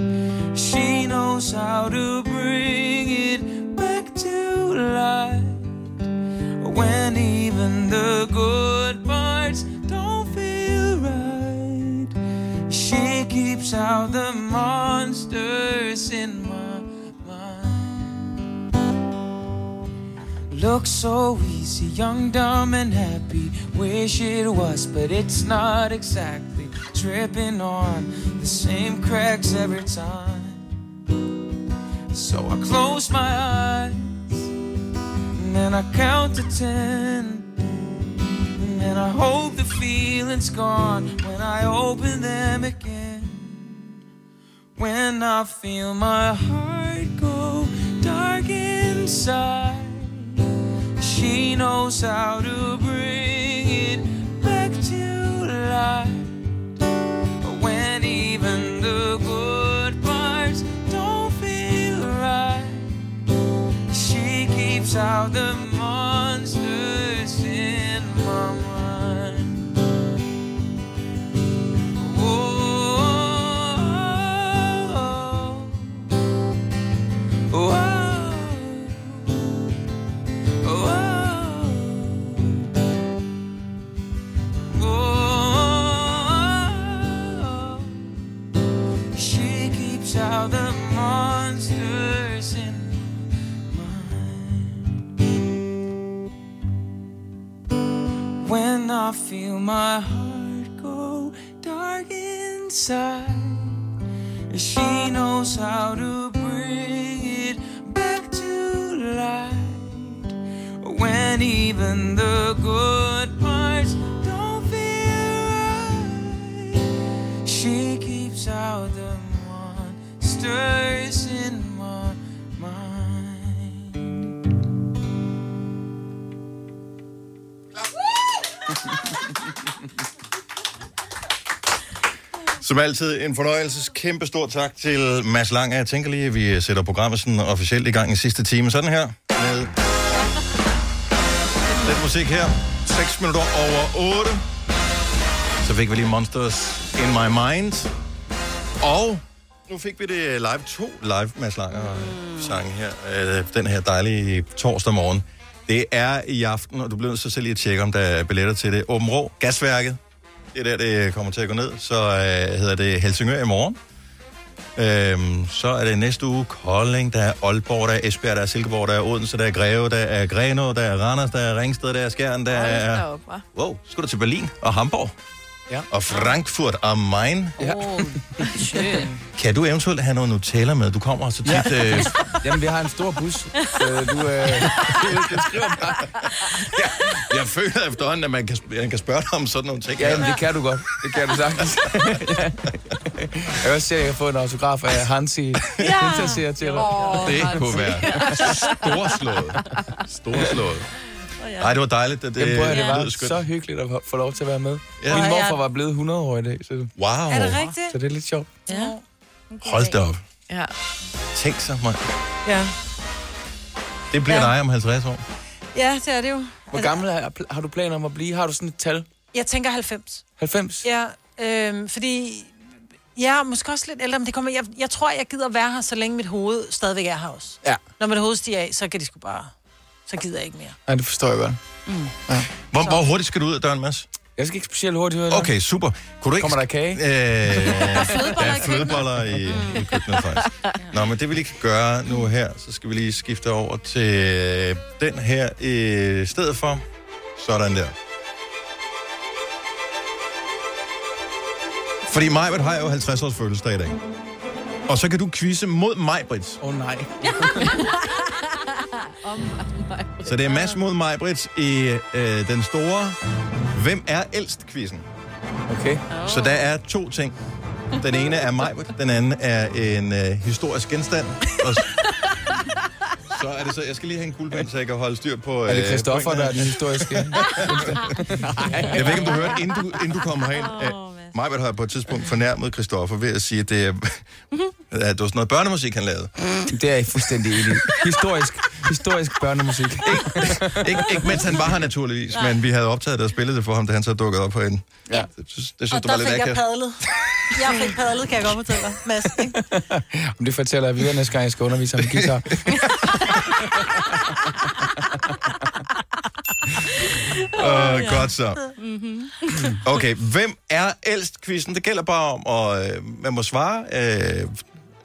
she knows how to bring it back to life when even the good parts don't feel right. She keeps out the monsters in my mind. Looks so easy, young, dumb, and happy. Wish it was, but it's not exactly tripping on the same cracks every time. So I close my eyes, and then I count to ten. And then I hope the feeling's gone when I open them again. When I feel my heart go dark inside, she knows how to bring it back to life. But when even the good parts don't feel right, she keeps out the monsters in my mind. Oh, oh, oh, oh, oh, oh. She keeps out the monsters in When I feel my heart go dark inside, she knows how to bring it back to light. When even the good parts don't feel right, she keeps out the monsters in my mind.
Som altid, en fornøjelse. Kæmpe stor tak til Mads Lange. Jeg tænker lige, at vi sætter programmet sådan officielt i gang i sidste time. Sådan her. Med lidt musik her. 6 minutter over 8. Så fik vi lige Monsters in My Mind. Og nu fik vi det live 2 live Mads Langer sang her. Øh, Den her dejlige torsdag morgen. Det er i aften, og du bliver nødt til selv lige at tjekke, om der er billetter til det. Åben Rå, Gasværket. Det er der, det kommer til at gå ned. Så øh, hedder det Helsingør i morgen. Øhm, så er det næste uge Kolding, der er Aalborg, der er Esbjerg, der er Silkeborg, der er Odense, der er Greve, der er Grenå, der er Randers, der er Ringsted, der er Skjern, der er...
hva'?
Wow, skal du til Berlin og Hamburg?
Ja.
Og Frankfurt am Main.
Ja.
Kan du eventuelt have noget Nutella med? Du kommer så tit... Ja. Øh,
Jamen, vi har en stor bus. Øh, du, øh, jeg skriver bare.
jeg føler efterhånden, at man kan, man kan spørge dig om sådan nogle ting.
Ja, jamen, det kan du godt. Det kan du sagtens. ja. Jeg kan også se, at jeg kan få en autograf af Hansi. Ja. Hun til at sige til dig.
Åh, Det Hansi. kunne være storslået. Storslået. Nej, det var dejligt. Det, det,
Jamen, prøv at, høre, Øh, det var
lyder skønt.
så hyggeligt at få lov til at være med.
Ja.
Ja. Min
Prøv at
morfar
høre,
var blevet 100 år i dag. Så...
Wow. Er det
rigtigt?
Så det er lidt sjovt.
Ja.
Hold da op.
Ja.
Tænk så, man.
Ja.
Det bliver
Ja.
ja. dig om 50 år.
ja, det er det jo.
Hvor gammel er, har du planer om at blive? Har du sådan et tal?
Jeg tænker 90.
90?
Ja, øhm, fordi... Ja, måske også lidt ældre, men det kommer... Jeg, jeg tror, jeg gider være her, så længe mit hoved stadigvæk er her også.
Ja.
Når mit hoved stiger af, så kan de sgu bare... Så gider jeg ikke mere.
Nej, det forstår jeg godt.
Mm.
Hvor, hvor hurtigt skal du ud af døren, Mads?
Jeg skal ikke specielt hurtigt ud af
Okay, super. Kunne du ikke...
Kommer der kage?
Øh, der er flødeboller i, Mm. i køkkenet, faktisk. Nå, men det vi lige kan gøre nu her, så skal vi lige skifte over til øh, den her i stedet for. Sådan der. Fordi Majbert har jo 50 års fødselsdag i dag. Og så kan du quizze mod Majbrit.
Åh oh, nej.
Om mig.
Så det er Mads mod Majbrit i øh, den store Hvem er ældst quizzen.
Okay.
Så der er to ting. Den ene er Majbrit, den anden er en øh, historisk genstand. Og s- så er det så, jeg skal lige have en guldpind, så jeg kan holde styr på...
Er det
øh,
Christoffer,
pointene.
der er den historiske?
Jeg ved ikke, om du hørte, inden du, inden du kom herind, at Majbert har på et tidspunkt fornærmet Christoffer ved at sige, at det, er, at det var sådan noget børnemusik, han lavede.
Det er jeg fuldstændig enig i. Historisk, historisk børnemusik.
Ikke, ikke mens han var her naturligvis, men vi havde optaget det og spillet det for ham, da han så dukkede op herinde.
Ja.
Det synes, det synes
Og
du var
der
lidt
fik jeg
akavet.
padlet. Jeg fik padlet, kan jeg godt fortælle dig, Mads. Ikke?
Men det fortæller jeg videre næste gang, jeg skal undervise ham i guitar.
Åh, godt så.
Mm-hmm.
Okay, hvem er ældst quizzen? Det gælder bare om, og øh, man må svare. Øh,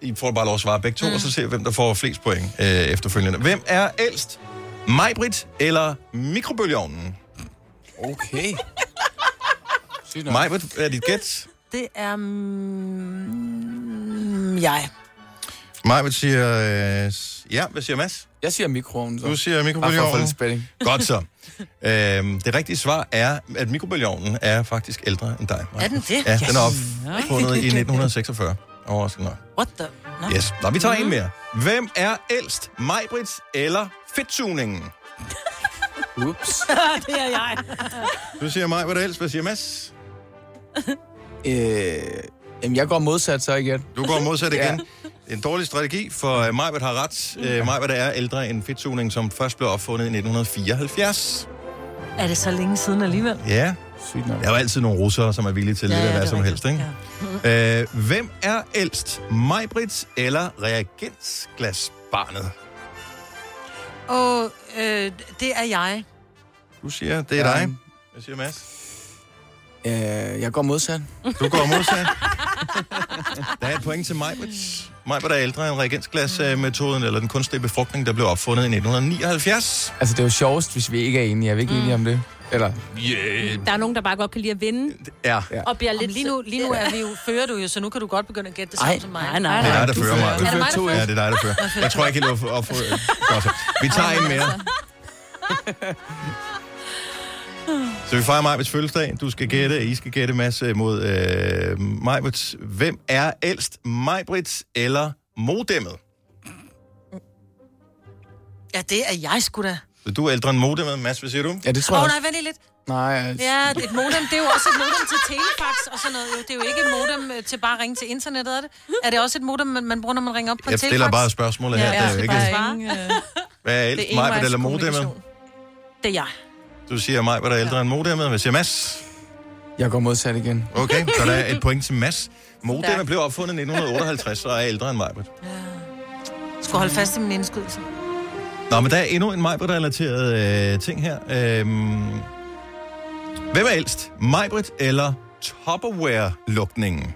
I får bare lov at svare begge to, mm. og så ser vi, hvem der får flest point øh, efterfølgende. Hvem er ældst? Majbrit eller mikrobølgeovnen?
Okay.
Majbrit er dit gæt.
det er mm, jeg.
Maja, hvad siger... Øh, s- ja, hvad siger Mads?
Jeg siger mikroovnen.
Du siger
Bare for at få
mikrobølgeovnen.
lidt spænding.
Godt så. Øhm, det rigtige svar er, at mikrobølgeovnen er faktisk ældre end dig. Maja.
Er den det?
Ja,
Yes.
den er opfundet i 1946. Overraskende nok.
What the... Nå.
Yes. Nå, vi tager
Mhm.
en mere. Hvem er ældst? Majbrits eller fedtsugningen? Ups.
det er jeg.
Du siger mig, hvad er ældst? Hvad siger Mads?
Øh, jamen, jeg går modsat så igen.
Du går modsat igen. Det er En dårlig strategi, for Majbert har ret.
Mm.
Øh, Majbert er ældre end fedtsugningen, som først blev opfundet i 1974.
Er det så længe siden alligevel?
Ja. Der er jo altid nogle russere, som er villige til
Ja,
lidt
ja, det er
af hvad som helst, ikke? Ja. Øh, hvem er ældst? Majbrits eller reagensglasbarnet?
Og øh, det er jeg.
Du siger, det er dig. Hvad siger Mads?
Øh, jeg går modsat.
Du går modsat. Der er et point til Majbrits. Majbert er ældre end reagensglasmetoden, eller den kunstige befrugtning, der blev opfundet i 1979.
Altså, det er jo sjovest, hvis vi ikke er enige. Er vi ikke
Mm.
enige om det? Eller?
Yeah.
Der er nogen, der bare godt kan lide at vinde.
Ja.
ja.
Og bliver
Lidt,
lidt...
lige, nu, lige nu er vi jo, fører du jo, så nu kan du godt begynde at gætte det
Ej,
samme som mig.
nej, nej.
Det er dig, der
Du
fører mig.
fører. Er det mig, der fører?
Ja, det er dig, der fører. Jeg tror ikke, at op for... Godt så. Vi tager en mere.
altså.
Så vi fejrer Majbets fødselsdag. Du skal gætte, I skal gætte masse mod øh, Majbrits. Hvem er ældst? Majbrits eller modemmet?
Ja, det er jeg sgu da.
Så du er ældre end modemmet, Mads, hvad siger du?
Ja, det
Åh oh, nej, vent lige lidt.
Nej, altså,
Ja, et modem, det er jo også et modem til telefax og sådan noget. jo. Det er jo ikke et modem øh, til bare at ringe til internettet, er det? Er det også et modem, man, man bruger, når man ringer op på
Jeg
telefax?
stiller bare spørgsmålet her, det er jo ikke-
øh,
Hvad er
Det er
ældst? Majbrit eller modemmet?
Det er jeg.
Du siger Majbrit er ældre end modemmet. Hvad siger Mads?
Jeg går modsat igen.
Okay, så der er et point til Mads.
Stærkt.
Modemmet blev opfundet i 1958 og er ældre end Majbrit.
Jeg Skulle holde fast i min indskydelse.
Nå, men der er endnu en Majbrit-relateret øh, ting her. Øhm, hvem er ældst? Majbrit eller Tupperware-lukningen?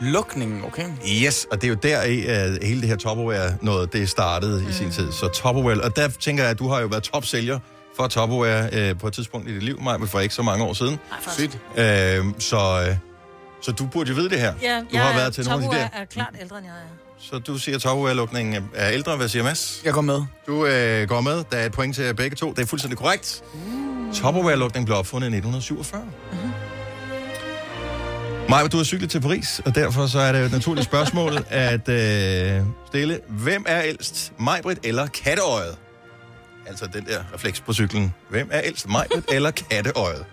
Lukningen, okay.
Yes, og det er jo der i uh, hele det her Tupperware noget, det startede mm. i sin tid. Så Tupperware, og der tænker jeg, at du har jo været topsælger for Tupperware uh, på et tidspunkt i dit liv, Majbrit, for ikke så mange år siden.
Sygt.
Uh, så, uh, så du burde jo vide det her.
Ja,
du har været til nogle af de der.
er klart ældre, end jeg er.
Så du siger, at Tupperware-lukningen er ældre. Hvad siger Mads?
Jeg går med.
Du øh, går med. Der er et point til jer begge to. Det er fuldstændig korrekt. Mm. Tupperware-lukningen blev opfundet i 1947. Mm. Maja, du har cyklet til Paris, og derfor så er det jo et naturligt spørgsmål at øh, stille. Hvem er ældst? Majbrit eller katteøjet? Altså den der refleks på cyklen. Hvem er ældst? Majbrit eller katteøjet?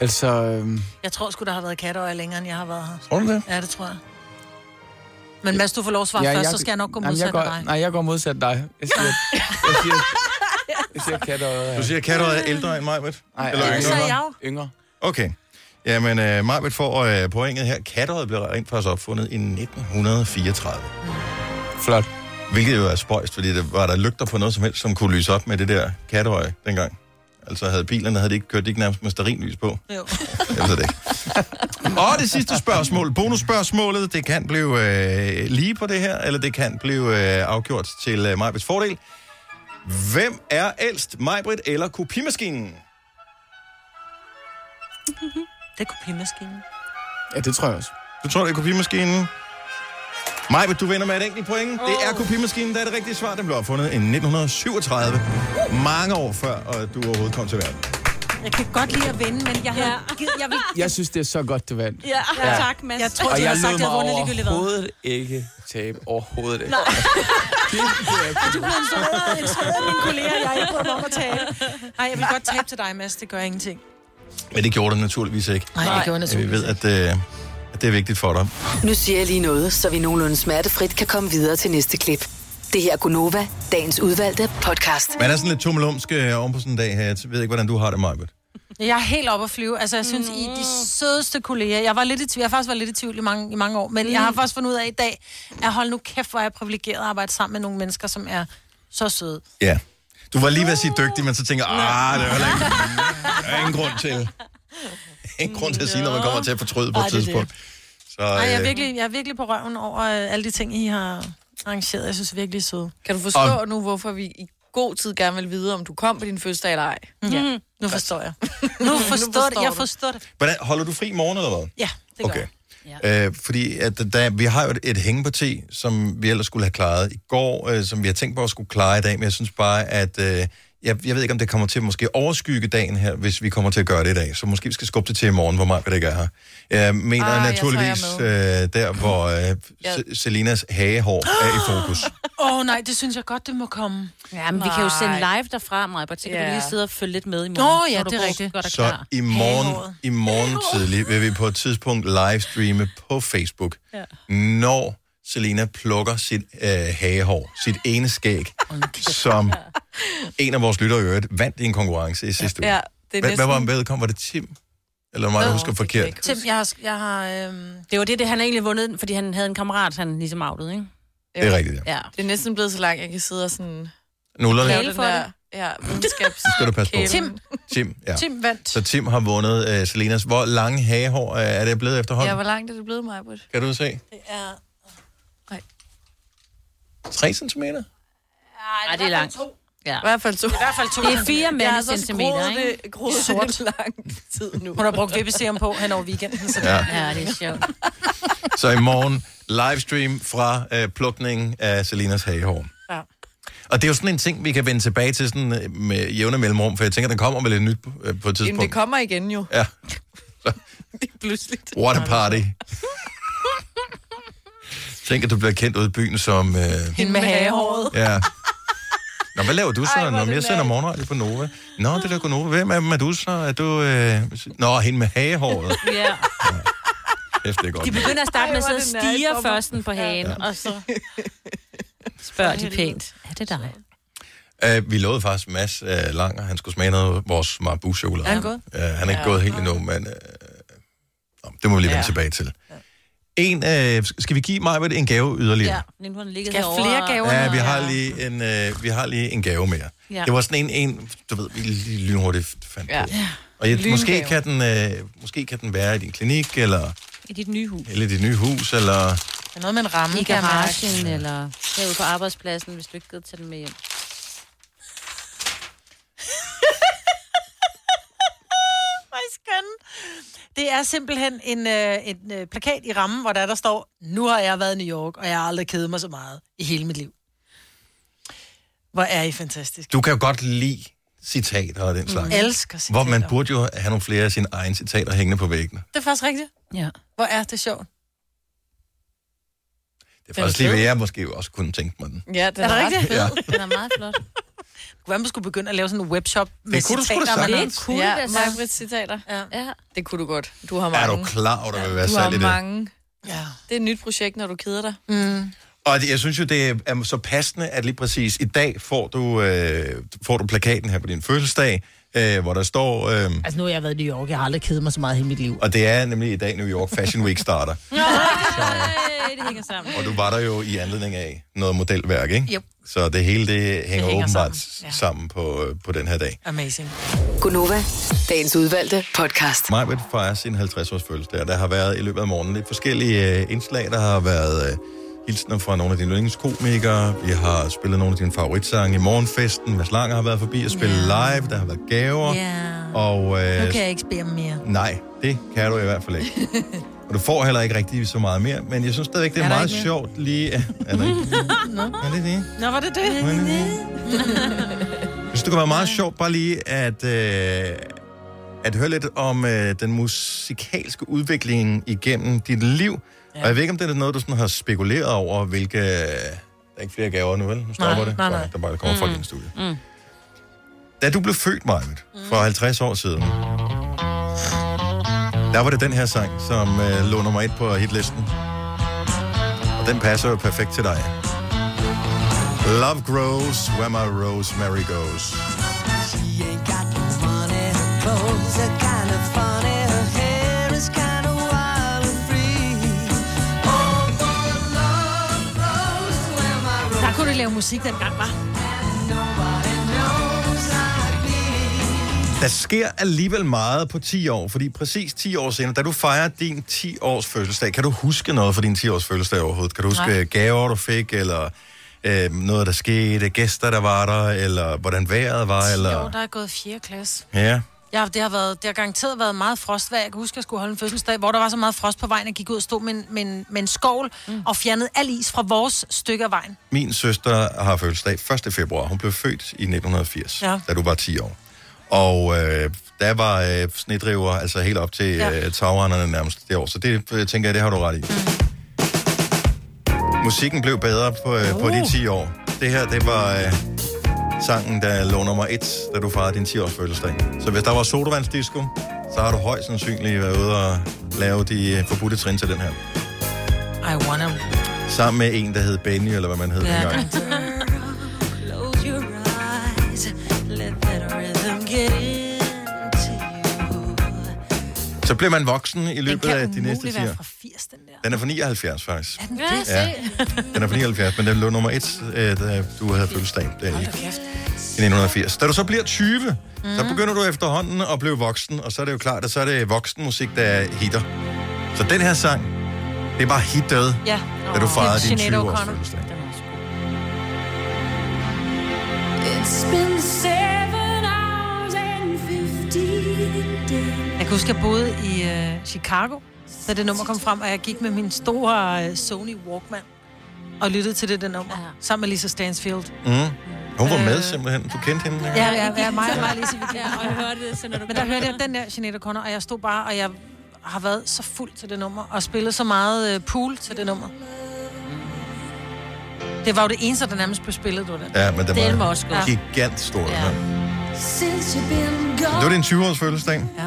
Altså, øhm,
Jeg tror sgu, der har været katteøje længere, end jeg har været her.
Tror du det?
Ja, det tror jeg. Men Mads, du får lov at svare ja, først, så skal jeg nok gå
Jamen,
modsat
jeg går,
af dig.
Nej, jeg går modsat dig. Jeg siger, jeg siger, jeg siger katteøjet.
Du siger, at katteøjet er ældre end Majbrit?
Nej,
Eller
nej,
yngre?
nej. Yngre.
Okay. Jamen, øh, Majbrit får øh, pointet her. Katteøjet blev rent faktisk opfundet i 1934.
Flot.
Hvilket jo er spøjst, fordi der var der lygter på noget som helst, som kunne lyse op med det der katteøje dengang. Altså havde bilerne, havde de ikke kørt de ikke nærmest med sterinlys på.
Jo.
Jeg ved det ikke. Og det sidste spørgsmål, bonusspørgsmålet, det kan blive øh, lige på det her, eller det kan blive øh, afgjort til øh, Majbrits fordel. Hvem er ældst, Majbrit eller kopimaskinen?
Det er kopimaskinen.
Ja, det tror jeg også.
Du tror, det er kopimaskinen? Majbet, du vinder med et enkelt point. Oh. Det er kopimaskinen, der er det rigtige svar. Den blev opfundet i 1937. Mange år før, og du overhovedet kom til verden.
Jeg kan godt lide at vinde, men jeg, ja. jeg vil...
Jeg synes, det er så godt, du vandt.
Ja,
Ja.
tak, Mads.
Jeg tror, de har sagt, at jeg har vundet ligegyldigt hvad.
overhovedet ikke tabe. Overhovedet ikke.
Nej.
Er du blevet inspireret, inspireret af mine kolleger, jeg har ikke prøvet om at tabe. Nej, jeg vil godt tabe til dig, Mads. Det gør ingenting.
Men det gjorde den naturligvis ikke.
Nej, det gjorde den
Vi ved, at, øh, at det er vigtigt for dig.
Nu siger jeg lige noget, så vi nogenlunde smertefrit kan komme videre til næste klip. Det her er Gunova, dagens udvalgte podcast.
Man er sådan lidt tummelumsk øh, oven på sådan en dag her. Jeg ved ikke, hvordan du har det, Majbet.
Jeg er helt oppe at flyve. Altså, jeg synes, I er
Mm.
de sødeste kolleger. Jeg, var lidt i tvivl. jeg har faktisk været lidt i tvivl i mange, i mange år, men jeg
Mm.
har faktisk fundet ud af i dag, at hold nu kæft, hvor er jeg privilegeret at arbejde sammen med nogle mennesker, som er så søde.
Ja. Du var lige ved at sige dygtig, men så tænker jeg, ah, det er heller ikke, der er ingen grund til. Ingen grund til at sige, når man kommer til at fortryde på
Ej,
et
det er det.
tidspunkt. Så,
Ej, jeg, er
øh,
virkelig, jeg er virkelig på røven over øh, alle de ting, I har arrangeret. Jeg synes, det er virkelig søde.
Kan du forstå
Og-
nu, hvorfor vi i god tid gerne vil vide, om du kom på din fødselsdag eller ej?
Ja. Nu forstår jeg. Nu forstår, det. Jeg forstår det.
Hvordan, holder du fri morgen eller hvad?
Ja, det gør
Okay. Ja. Øh, fordi at der, vi har jo et, et hængeparti, som vi ellers skulle have klaret i går, øh, som vi har tænkt på at skulle klare i dag, men jeg synes bare, at øh, jeg, jeg ved ikke, om det kommer til at måske overskygge dagen her, hvis vi kommer til at gøre det i dag. Så måske vi skal skubbe det til i morgen, hvor meget det ikke er her. Jeg mener
Ah,
ah,
jeg tror, jeg er
naturligvis jeg øh, der, hvor øh,
Ja.
Se- Selinas hagehår er i fokus.
Åh oh, nej, det synes jeg godt, det må komme.
Ja, men vi kan jo sende
Nej.
live derfra, Maja, så kan
Ja.
du lige sidde og følge lidt med i
Nå,
morgen.
ja,
når du
det er
går-
rigtigt.
Gør dig
Så
klar.
i morgen, i morgen tidlig vil vi på et tidspunkt livestreame på Facebook, ja. når Selena plukker sit øh, hagehår, sit ene skæg, som en af vores lyttere i øvrigt vandt i en konkurrence i sidste uge.
Ja, det er
hvad, hvad
næsten-
var vedkommende? Var det Tim? Eller mig, jeg husker forkert?
Tim, jeg har... Jeg har øhm...
Det var det, det han egentlig vundet, den, fordi han havde en kammerat, han ligesom outede, ikke?
Det er rigtigt, ja.
ja.
Det er næsten blevet så langt, jeg kan sidde og sådan...
Nullerne.
lave den der- Ja, videnskabs...
Det skal du passe på.
Tim.
Tim, ja.
Tim vandt.
Så Tim har vundet øh, Selenas. Hvor lange hagehår øh, er det blevet
Ja,
efterhånden?
hvor langt er det blevet, Maja Britt?
Kan du se?
Ja.
3 centimeter?
Ej, det er langt. Ja.
I hvert fald to. I
hvert fald to.
Det er fire
Jeg
mænd
har
i
så
centimeter,
skruet
ikke?
det- groet det
lang tid nu.
Hun har brugt vippeserum på hen over weekenden. Så
Ja.
ja, det er sjovt.
Så i morgen livestream fra øh, plukningen af Selinas hagehår.
Ja.
Og det er jo sådan en ting, vi kan vende tilbage til sådan, øh, med jævne mellemrum, for jeg tænker, den kommer vel et nyt øh, på et tidspunkt.
Jamen, det kommer igen jo.
Ja,
Pludselig.
what a party. Tænk, at du bliver kendt ude i byen som... Øh,
Hende med hagehåret.
ja. Nå, hvad laver du så? Nå, men jeg sender morgenradio på Nova. Nå, det der på Nova. Hvem er, hvem er du så? Er du... Øh... Nå, hende med hagehåret.
Ja.
Kæft, det er godt.
De begynder at starte med at
Ej, hvor
sidde
er
og
det nært
stige
for mig.
førsten på hagen, og så spørger de pænt, er det dig?
Uh, vi lovede faktisk Mads uh, Langer, han skulle smage noget af vores Marabu-chokolade.
Er han gået?
Uh, han er ikke
Ja.
gået helt endnu, men uh, det må vi lige vende
Ja.
tilbage til. En, uh, skal vi give Majbert en gave yderligere?
Ja, nu har den ligget
Skal
herovre.
flere gaver
Ja, vi har lige en, øh, vi har lige en gave mere.
Ja.
Ja. Det var sådan en, en du ved, vi lige lynhurtigt fandt
Ja.
ja. på. Og jeg, måske,
Lyngave.
kan den, øh, måske kan den være i din klinik, eller,
I dit nye hus.
eller i dit nye hus, eller...
Det er noget med en ramme,
I
kan jeg mærke.
garagen, eller herude på arbejdspladsen, hvis du ikke gider tage den med hjem.
Hvor er I skønne. Det er simpelthen en, øh, en øh, plakat i rammen, hvor der, der står, nu har jeg været i New York, og jeg har aldrig kedet mig så meget i hele mit liv. Hvor er I fantastisk.
Du kan jo godt lide citater og den slags.
Mm, elsker
Hvor man burde jo have nogle flere af sine egne citater hængende på væggene.
Det er faktisk rigtigt.
Ja.
Hvor er det sjovt.
Det er faktisk lige, hvad jeg måske også kunne tænke mig den.
Ja, den
er,
er
det
ret
rigtigt?
fed. Ja.
Den er meget flot.
Hvad man skulle begynde at lave sådan en webshop med
kunne du sgu da
citater, man
sagtens.
har-
Kunne
ja,
det, så?
Maja Britts citater.
Ja.
Det kunne du godt. Du har
Er
mange.
du klar over, der vil være
du
salg i
har
det?
mange.
Ja.
Det er et nyt projekt, når du keder dig.
Mm.
Og det- jeg synes jo, det er så passende, at lige præcis i dag får du, øh, får du plakaten her på din fødselsdag, øh, hvor der står, øh,
Altså, nu har jeg været i New York. Jeg har aldrig kedet mig så meget i hele mit liv.
og det er nemlig i dag New York Fashion Week starter.
Nej, det hænger sammen.
Og du var der jo i anledning af noget modelværk, ikke?
Jo.
Så det hele det hænger, det
hænger
hænger åbenbart sammen, ja. sammen på, øh, på den her dag.
Amazing.
Gunova, dagens udvalgte podcast.
Majbert fejrer sin 50-års fødselsdag, og der har været i løbet af morgenen lidt forskellige øh, indslag. Der har været øh, hilsner fra nogle af dine yndlingskomikere. Vi har spillet nogle af dine favoritsange i morgenfesten. Mads Langer har været forbi og spille yeah. live. Der har været gaver.
Ja.
Og
Nu
øh,
kan jeg ikke spille om mere.
nej, det kan du i hvert fald ikke. og du får heller ikke rigtig så meget mere, men jeg synes stadigvæk, det er,
Er der
meget
ikke mere?
sjovt lige... Er der ikke?
Nå.
Er det det?
Nå, var det det?
Jeg synes, det kunne være meget sjovt bare lige at, øh, at høre lidt om øh, den musikalske udvikling igennem dit liv. Ja. Og jeg ved ikke, om det er noget, du sådan har spekuleret over, hvilke... Der er ikke flere gaver nu, vel? Nu stopper
Nej,
det.
nej, nej.
Der, bare kommer folk ind i studiet.
Mm.
Da du blev født, Marvitt, for 50 år siden, der var det den her sang, som øh, lå nummer et på hitlisten. Og den passer jo perfekt til dig. Love grows where my rosemary goes.
She ain't got no money. Her clothes are kind of funny. Her hair is kind of wild and free. Oh, for love grows where my
Der kunne du lave musik dengang, var.
rose I
Der sker alligevel meget på 10 år, fordi præcis 10 år senere, da du fejrer din 10-års fødselsdag, kan du huske noget fra din 10-års fødselsdag overhovedet? Kan du huske
Nej.
Nej. gaver, du fik, eller øh, noget, der skete, gæster, der var der, eller hvordan vejret var?
Eller...
Eller...
Jo, der er gået 4. klasse.
Ja,
Ja, det har, været, det har garanteret været meget frostvær. Jeg kan huske, jeg skulle holde en fødselsdag, hvor der var så meget frost på vejen, at jeg gik ud og stod med en, med en, med en skovl mm. og fjernede al is fra vores stykke af vejen.
Min søster har fødselsdag 1. februar. Hun blev født i 1980,
Ja.
ja. da du var 10 år. Og øh, der var øh, snedriver altså helt op til
Ja.
ja. øh, tagrenerne nærmest det år. Så det øh, tænker jeg, det har du ret i. Musikken blev bedre på, øh, på de 10 år. Det her, det var øh, sangen, der lå nummer 1, da du fejrede din 10-års fødselsdag. Så hvis der var sodavandsdisco, så har du højst sandsynligt været ude og lave de øh, forbudte trin til den her.
I wanna...
Sammen med en, der hed Benny, eller hvad man hed
Yeah.
dengang.
Close your eyes, let that rhythm get in.
Så blev man voksen i løbet af de næste 10
være
år.
fra 80, den der.
Den er fra 79, faktisk.
Er den
Ja,
det?
se. Den er fra 79, men den lå nummer 1, da du havde fødselsdag der i, i 1980. Da du så bliver 20, mm.
Mhm.
så begynder du efterhånden at blive voksen, og så er det jo klart, at så er det voksenmusik, der hitter. Så den her sang, det er bare hittet,
Ja.
da du
Åh.
fejrede din
Sinead
20-års
O'Connor.
fødselsdag.
It's been seven hours and 15 days.
Jeg kan huske, jeg boede i øh, Chicago, da det nummer kom frem, og jeg gik med min store øh, Sony Walkman og lyttede til det der nummer, ja. sammen med Lisa Stansfield.
Mm. Hun
Øh.
var med simpelthen. Du kendte hende? ikke?
Ja, ja, ja, mig, mig, Lise, vi
Ja, og jeg hørte det, så når du
Men der hørte jeg den der Jeanette O'Connor, og jeg stod bare, og jeg har været så fuld til det nummer, og spillet så meget øh, pool til det nummer. Det var jo det eneste, der nærmest blev spillet, du den.
Ja, men
det
den
var
var
også god.
gigant stor. Ja.
Since you've been
Det var
gone.
din 20-års fødselsdag.
Ja.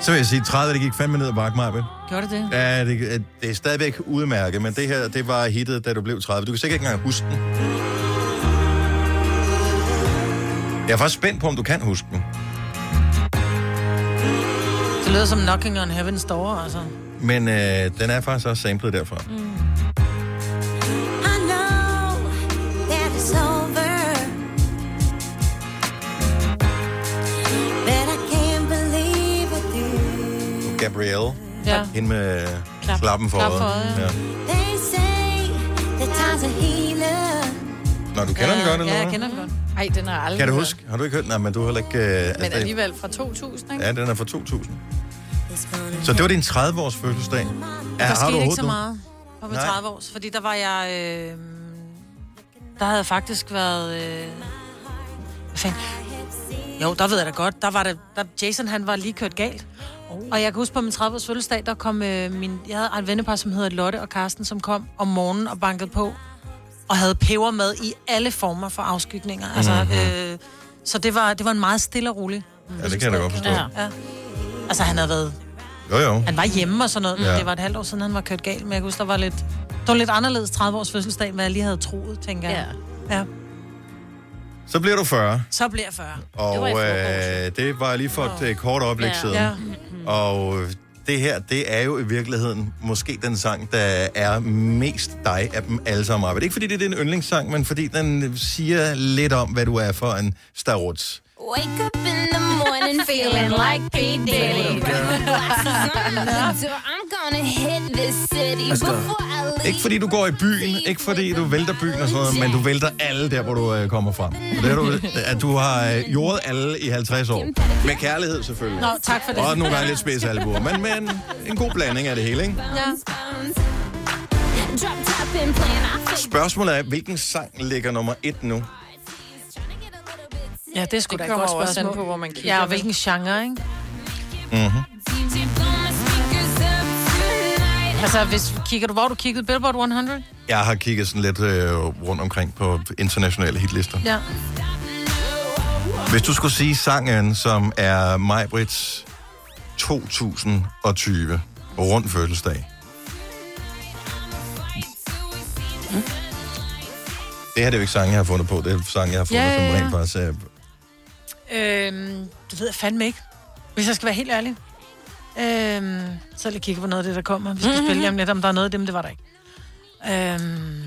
Så vil jeg sige, 30, det gik fandme ned ad bakke, Maja.
Gjorde det det?
Ja, det, øh, det er stadigvæk udmærket, men det her, det var hittet, da du blev 30. Du kan sikkert ikke engang huske den. Jeg er faktisk spændt på, om du kan huske den.
Det lyder som Knocking on Heaven's Door, altså.
Men øh, den er faktisk også samlet derfra.
I know that it's over. But I can't believe it.
Gabrielle.
Ja.
Hende med
Klap.
Klap. klappen for
Klap for
øjet.
øjet,
Ja.
They say that time's a healer.
Nå, du kender den godt, eller
Ja, jeg
hvad?
kender den godt. Ej, den er aldrig
Kan du
hørt.
huske? Har du ikke hørt den? Nej, men du har heller ikke... Øh, altså,
Men
det-
alligevel fra 2000, ikke?
Ja, den er fra 2000. Så det var din 30-års fødselsdag.
Ja, der skete
har du
ikke så
overhovedet noget?
meget på mit
Nej.
30 års, fordi der var jeg... Øh, der havde jeg faktisk været... Øh, hvad fanden? Jo, der ved jeg da godt. Der var det, der, Jason, han var lige kørt galt. Og jeg kan huske på min 30 års fødselsdag, der kom øh, min... Jeg havde et vennepar, som hedder Lotte og Karsten, som kom om morgenen og bankede på. Og havde peber med i alle former for afskygninger. Altså,
Mhm.
øh, så det var, det var en meget stille og rolig.
Ja, det kan jeg da godt forstå.
Ja. ja. Altså, han havde været
Jo, jo.
han var hjemme og sådan noget, men ja.
Ja.
det var et halvt år siden, han var kørt galt. Men jeg kan huske, der var lidt, det var lidt anderledes 30 års fødselsdag, end hvad jeg lige havde troet, tænker jeg. Ja. ja.
Så bliver du 40.
Så bliver jeg 40.
Og det var, øh, det var lige for et øh, kort øjeblik
Ja.
siden.
Ja.
Og øh, det her, det er jo i virkeligheden måske den sang, der er mest dig af dem alle sammen. Arbejde. Ikke fordi det er din yndlingssang, men fordi den siger lidt om, hvad du er for en staruts.
Wake up in the morning feeling like P. Diddy. So I'm gonna hit this city
Altså,
before I
Ikke fordi du går i byen, ikke fordi du vælter byen og sådan noget, men du vælter alle der, hvor du øh, kommer fra. Og det er du, at du har øh, jordet alle i 50 år. Med kærlighed selvfølgelig.
Nå, tak for det.
Og nogle gange lidt spidsalbuer, men, men en god blanding af det hele, ikke?
bounce, bounce. Drop top and playing our favorite
Spørgsmålet er, hvilken sang ligger nummer et nu?
Ja, det er sgu
Det
da et
kommer
godt
jo også
spørgsmål.
an på, hvor man kigger,
Ja, og
vel?
hvilken genre, ikke?
Mm-hmm.
teams. You blow my speakers up tonight.
Altså, hvis, kigger du, hvor du kiggede Billboard 100?
Jeg har kigget sådan lidt øh, rundt omkring på internationale hitlister.
Ja.
Hvis du skulle sige sangen, som er Majbrits 2020 rundt fødselsdag. Det her det er jo ikke sange, jeg har fundet på. Det er sange, jeg har fundet,
Ja,
ja,
ja,
ja,
ja.
som rent faktisk er...
Øhm, det ved jeg fandme ikke. Hvis jeg skal være helt ærlig. Øhm, så lige kigge på noget af det, der kommer. Vi skal spille lige om lidt, om der er noget af dem, det var der ikke. Øhm,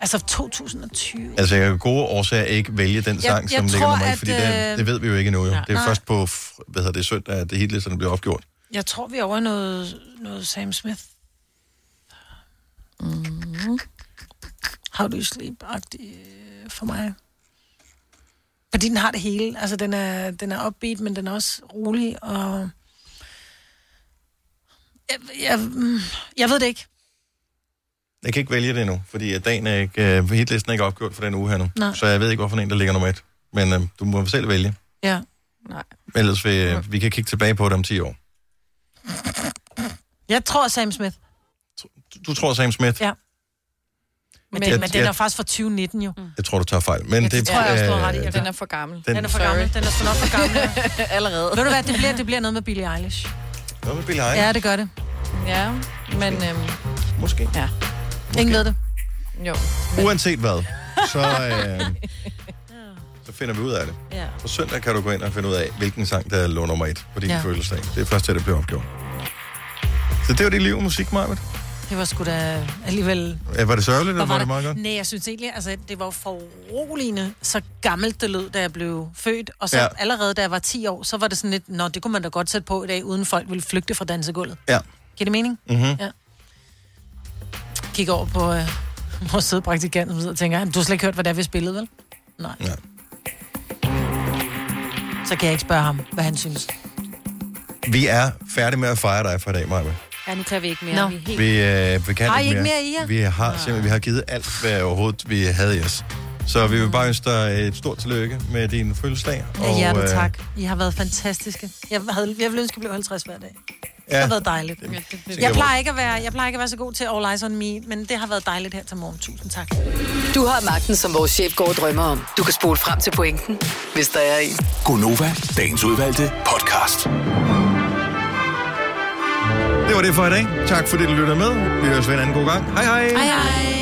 altså 2020.
Altså, jeg kan af gode årsager ikke vælge den sang,
jeg
som ligger
tror,
nummer
at,
et, fordi det,
øh,
det ved vi jo ikke endnu. Jo.
Nej.
Det er
Nej.
først på, f- hvad hedder det, søndag, at det hitlisterne bliver opgjort.
Jeg tror, vi er over i noget, noget Sam Smith. Mm-hmm. Mm. How do you sleep? Agtig øh, for mig. Fordi den har det hele. Altså, den er, den er upbeat, men den er også rolig, og... Jeg, jeg, mm, jeg ved det ikke.
Jeg kan ikke vælge det endnu, fordi at dagen er ikke, uh, hitlisten er ikke opgjort for den uge her nu.
Nej.
Så jeg ved ikke, hvorfor en, der ligger nummer et. Men uh, du må selv vælge.
Ja. Nej.
Ellers vi, uh, vi kan kigge tilbage på det om 10 år.
Jeg tror Sam Smith.
Du tror Sam Smith?
Ja. Men,
Jeg-
men, men den
jeg-
er faktisk fra 2019 jo. Mm.
Jeg tror, du tager fejl. Men
Ja,
det,
det tror jeg også, du har
øh,
ret i, at
Den er for gammel.
Den-
Den er for gammel. Den er sådan nok for gammel.
Allerede.
Ved du hvad, det bliver, det bliver noget med Billie Eilish.
Noget med Billie Eilish?
Ja, det gør det.
Ja, men... Øhm,
Måske.
Ja.
Ingen ved det.
Jo.
Uanset hvad, så, øh, så finder vi ud af det.
Ja.
På søndag kan du gå ind og finde ud af, hvilken sang, der lå nummer et på din
Ja.
ja. fødselsdag. Det er først til, det bliver opgjort. Så det var dit liv musik, Marvind.
Det var sgu da alligevel...
Var det sørgeligt, eller
Hvor
var, det meget godt?
Nej, jeg synes egentlig, altså, det var foruroligende, så gammelt det lød, da jeg blev født. Og så
Ja.
ja. allerede, da jeg var 10 år, så var det sådan lidt, nå, det kunne man da godt sætte på i dag, uden folk ville flygte fra dansegulvet.
Ja.
Giver det mening?
Mhm.
Ja. Kig over på øh, vores søde praktikant, som sidder og tænker, "Jamen, du har slet ikke hørt, hvad det er, vi spillede, vel? Nej.
Ja.
Så kan jeg ikke spørge ham, hvad han synes.
Vi er færdige med at fejre dig for i dag, Marvind.
Ja, nu kan vi ikke mere.
Nå.
Vi er
Vi,
helt...
øh, vi kan
Har I
ikke
ikke
mere.
mere i jer?
Vi har simpelthen vi har givet alt, hvad overhovedet vi havde i os. Så vi vil bare ønske dig et stort tillykke med din fødselsdag.
Af
øh,
hjertet tak. I har været fantastiske. Jeg, havde, jeg ville ønske, at jeg blev 50 hver dag. Ja. Det
Ja.
har været dejligt.
bliver-
Jeg plejer, ikke at være, jeg plejer ikke at være så god til All Eyes On Me, men det har været dejligt her til morgen. Tusind tak.
Du har magten, som vores chef går og drømmer om. Du kan spole frem til pointen, hvis der er en.
Gonova, dagens udvalgte podcast.
Det var det for i dag. Tak fordi du lyttede med. Vi høres ved en anden god gang. Hej hej.
hej.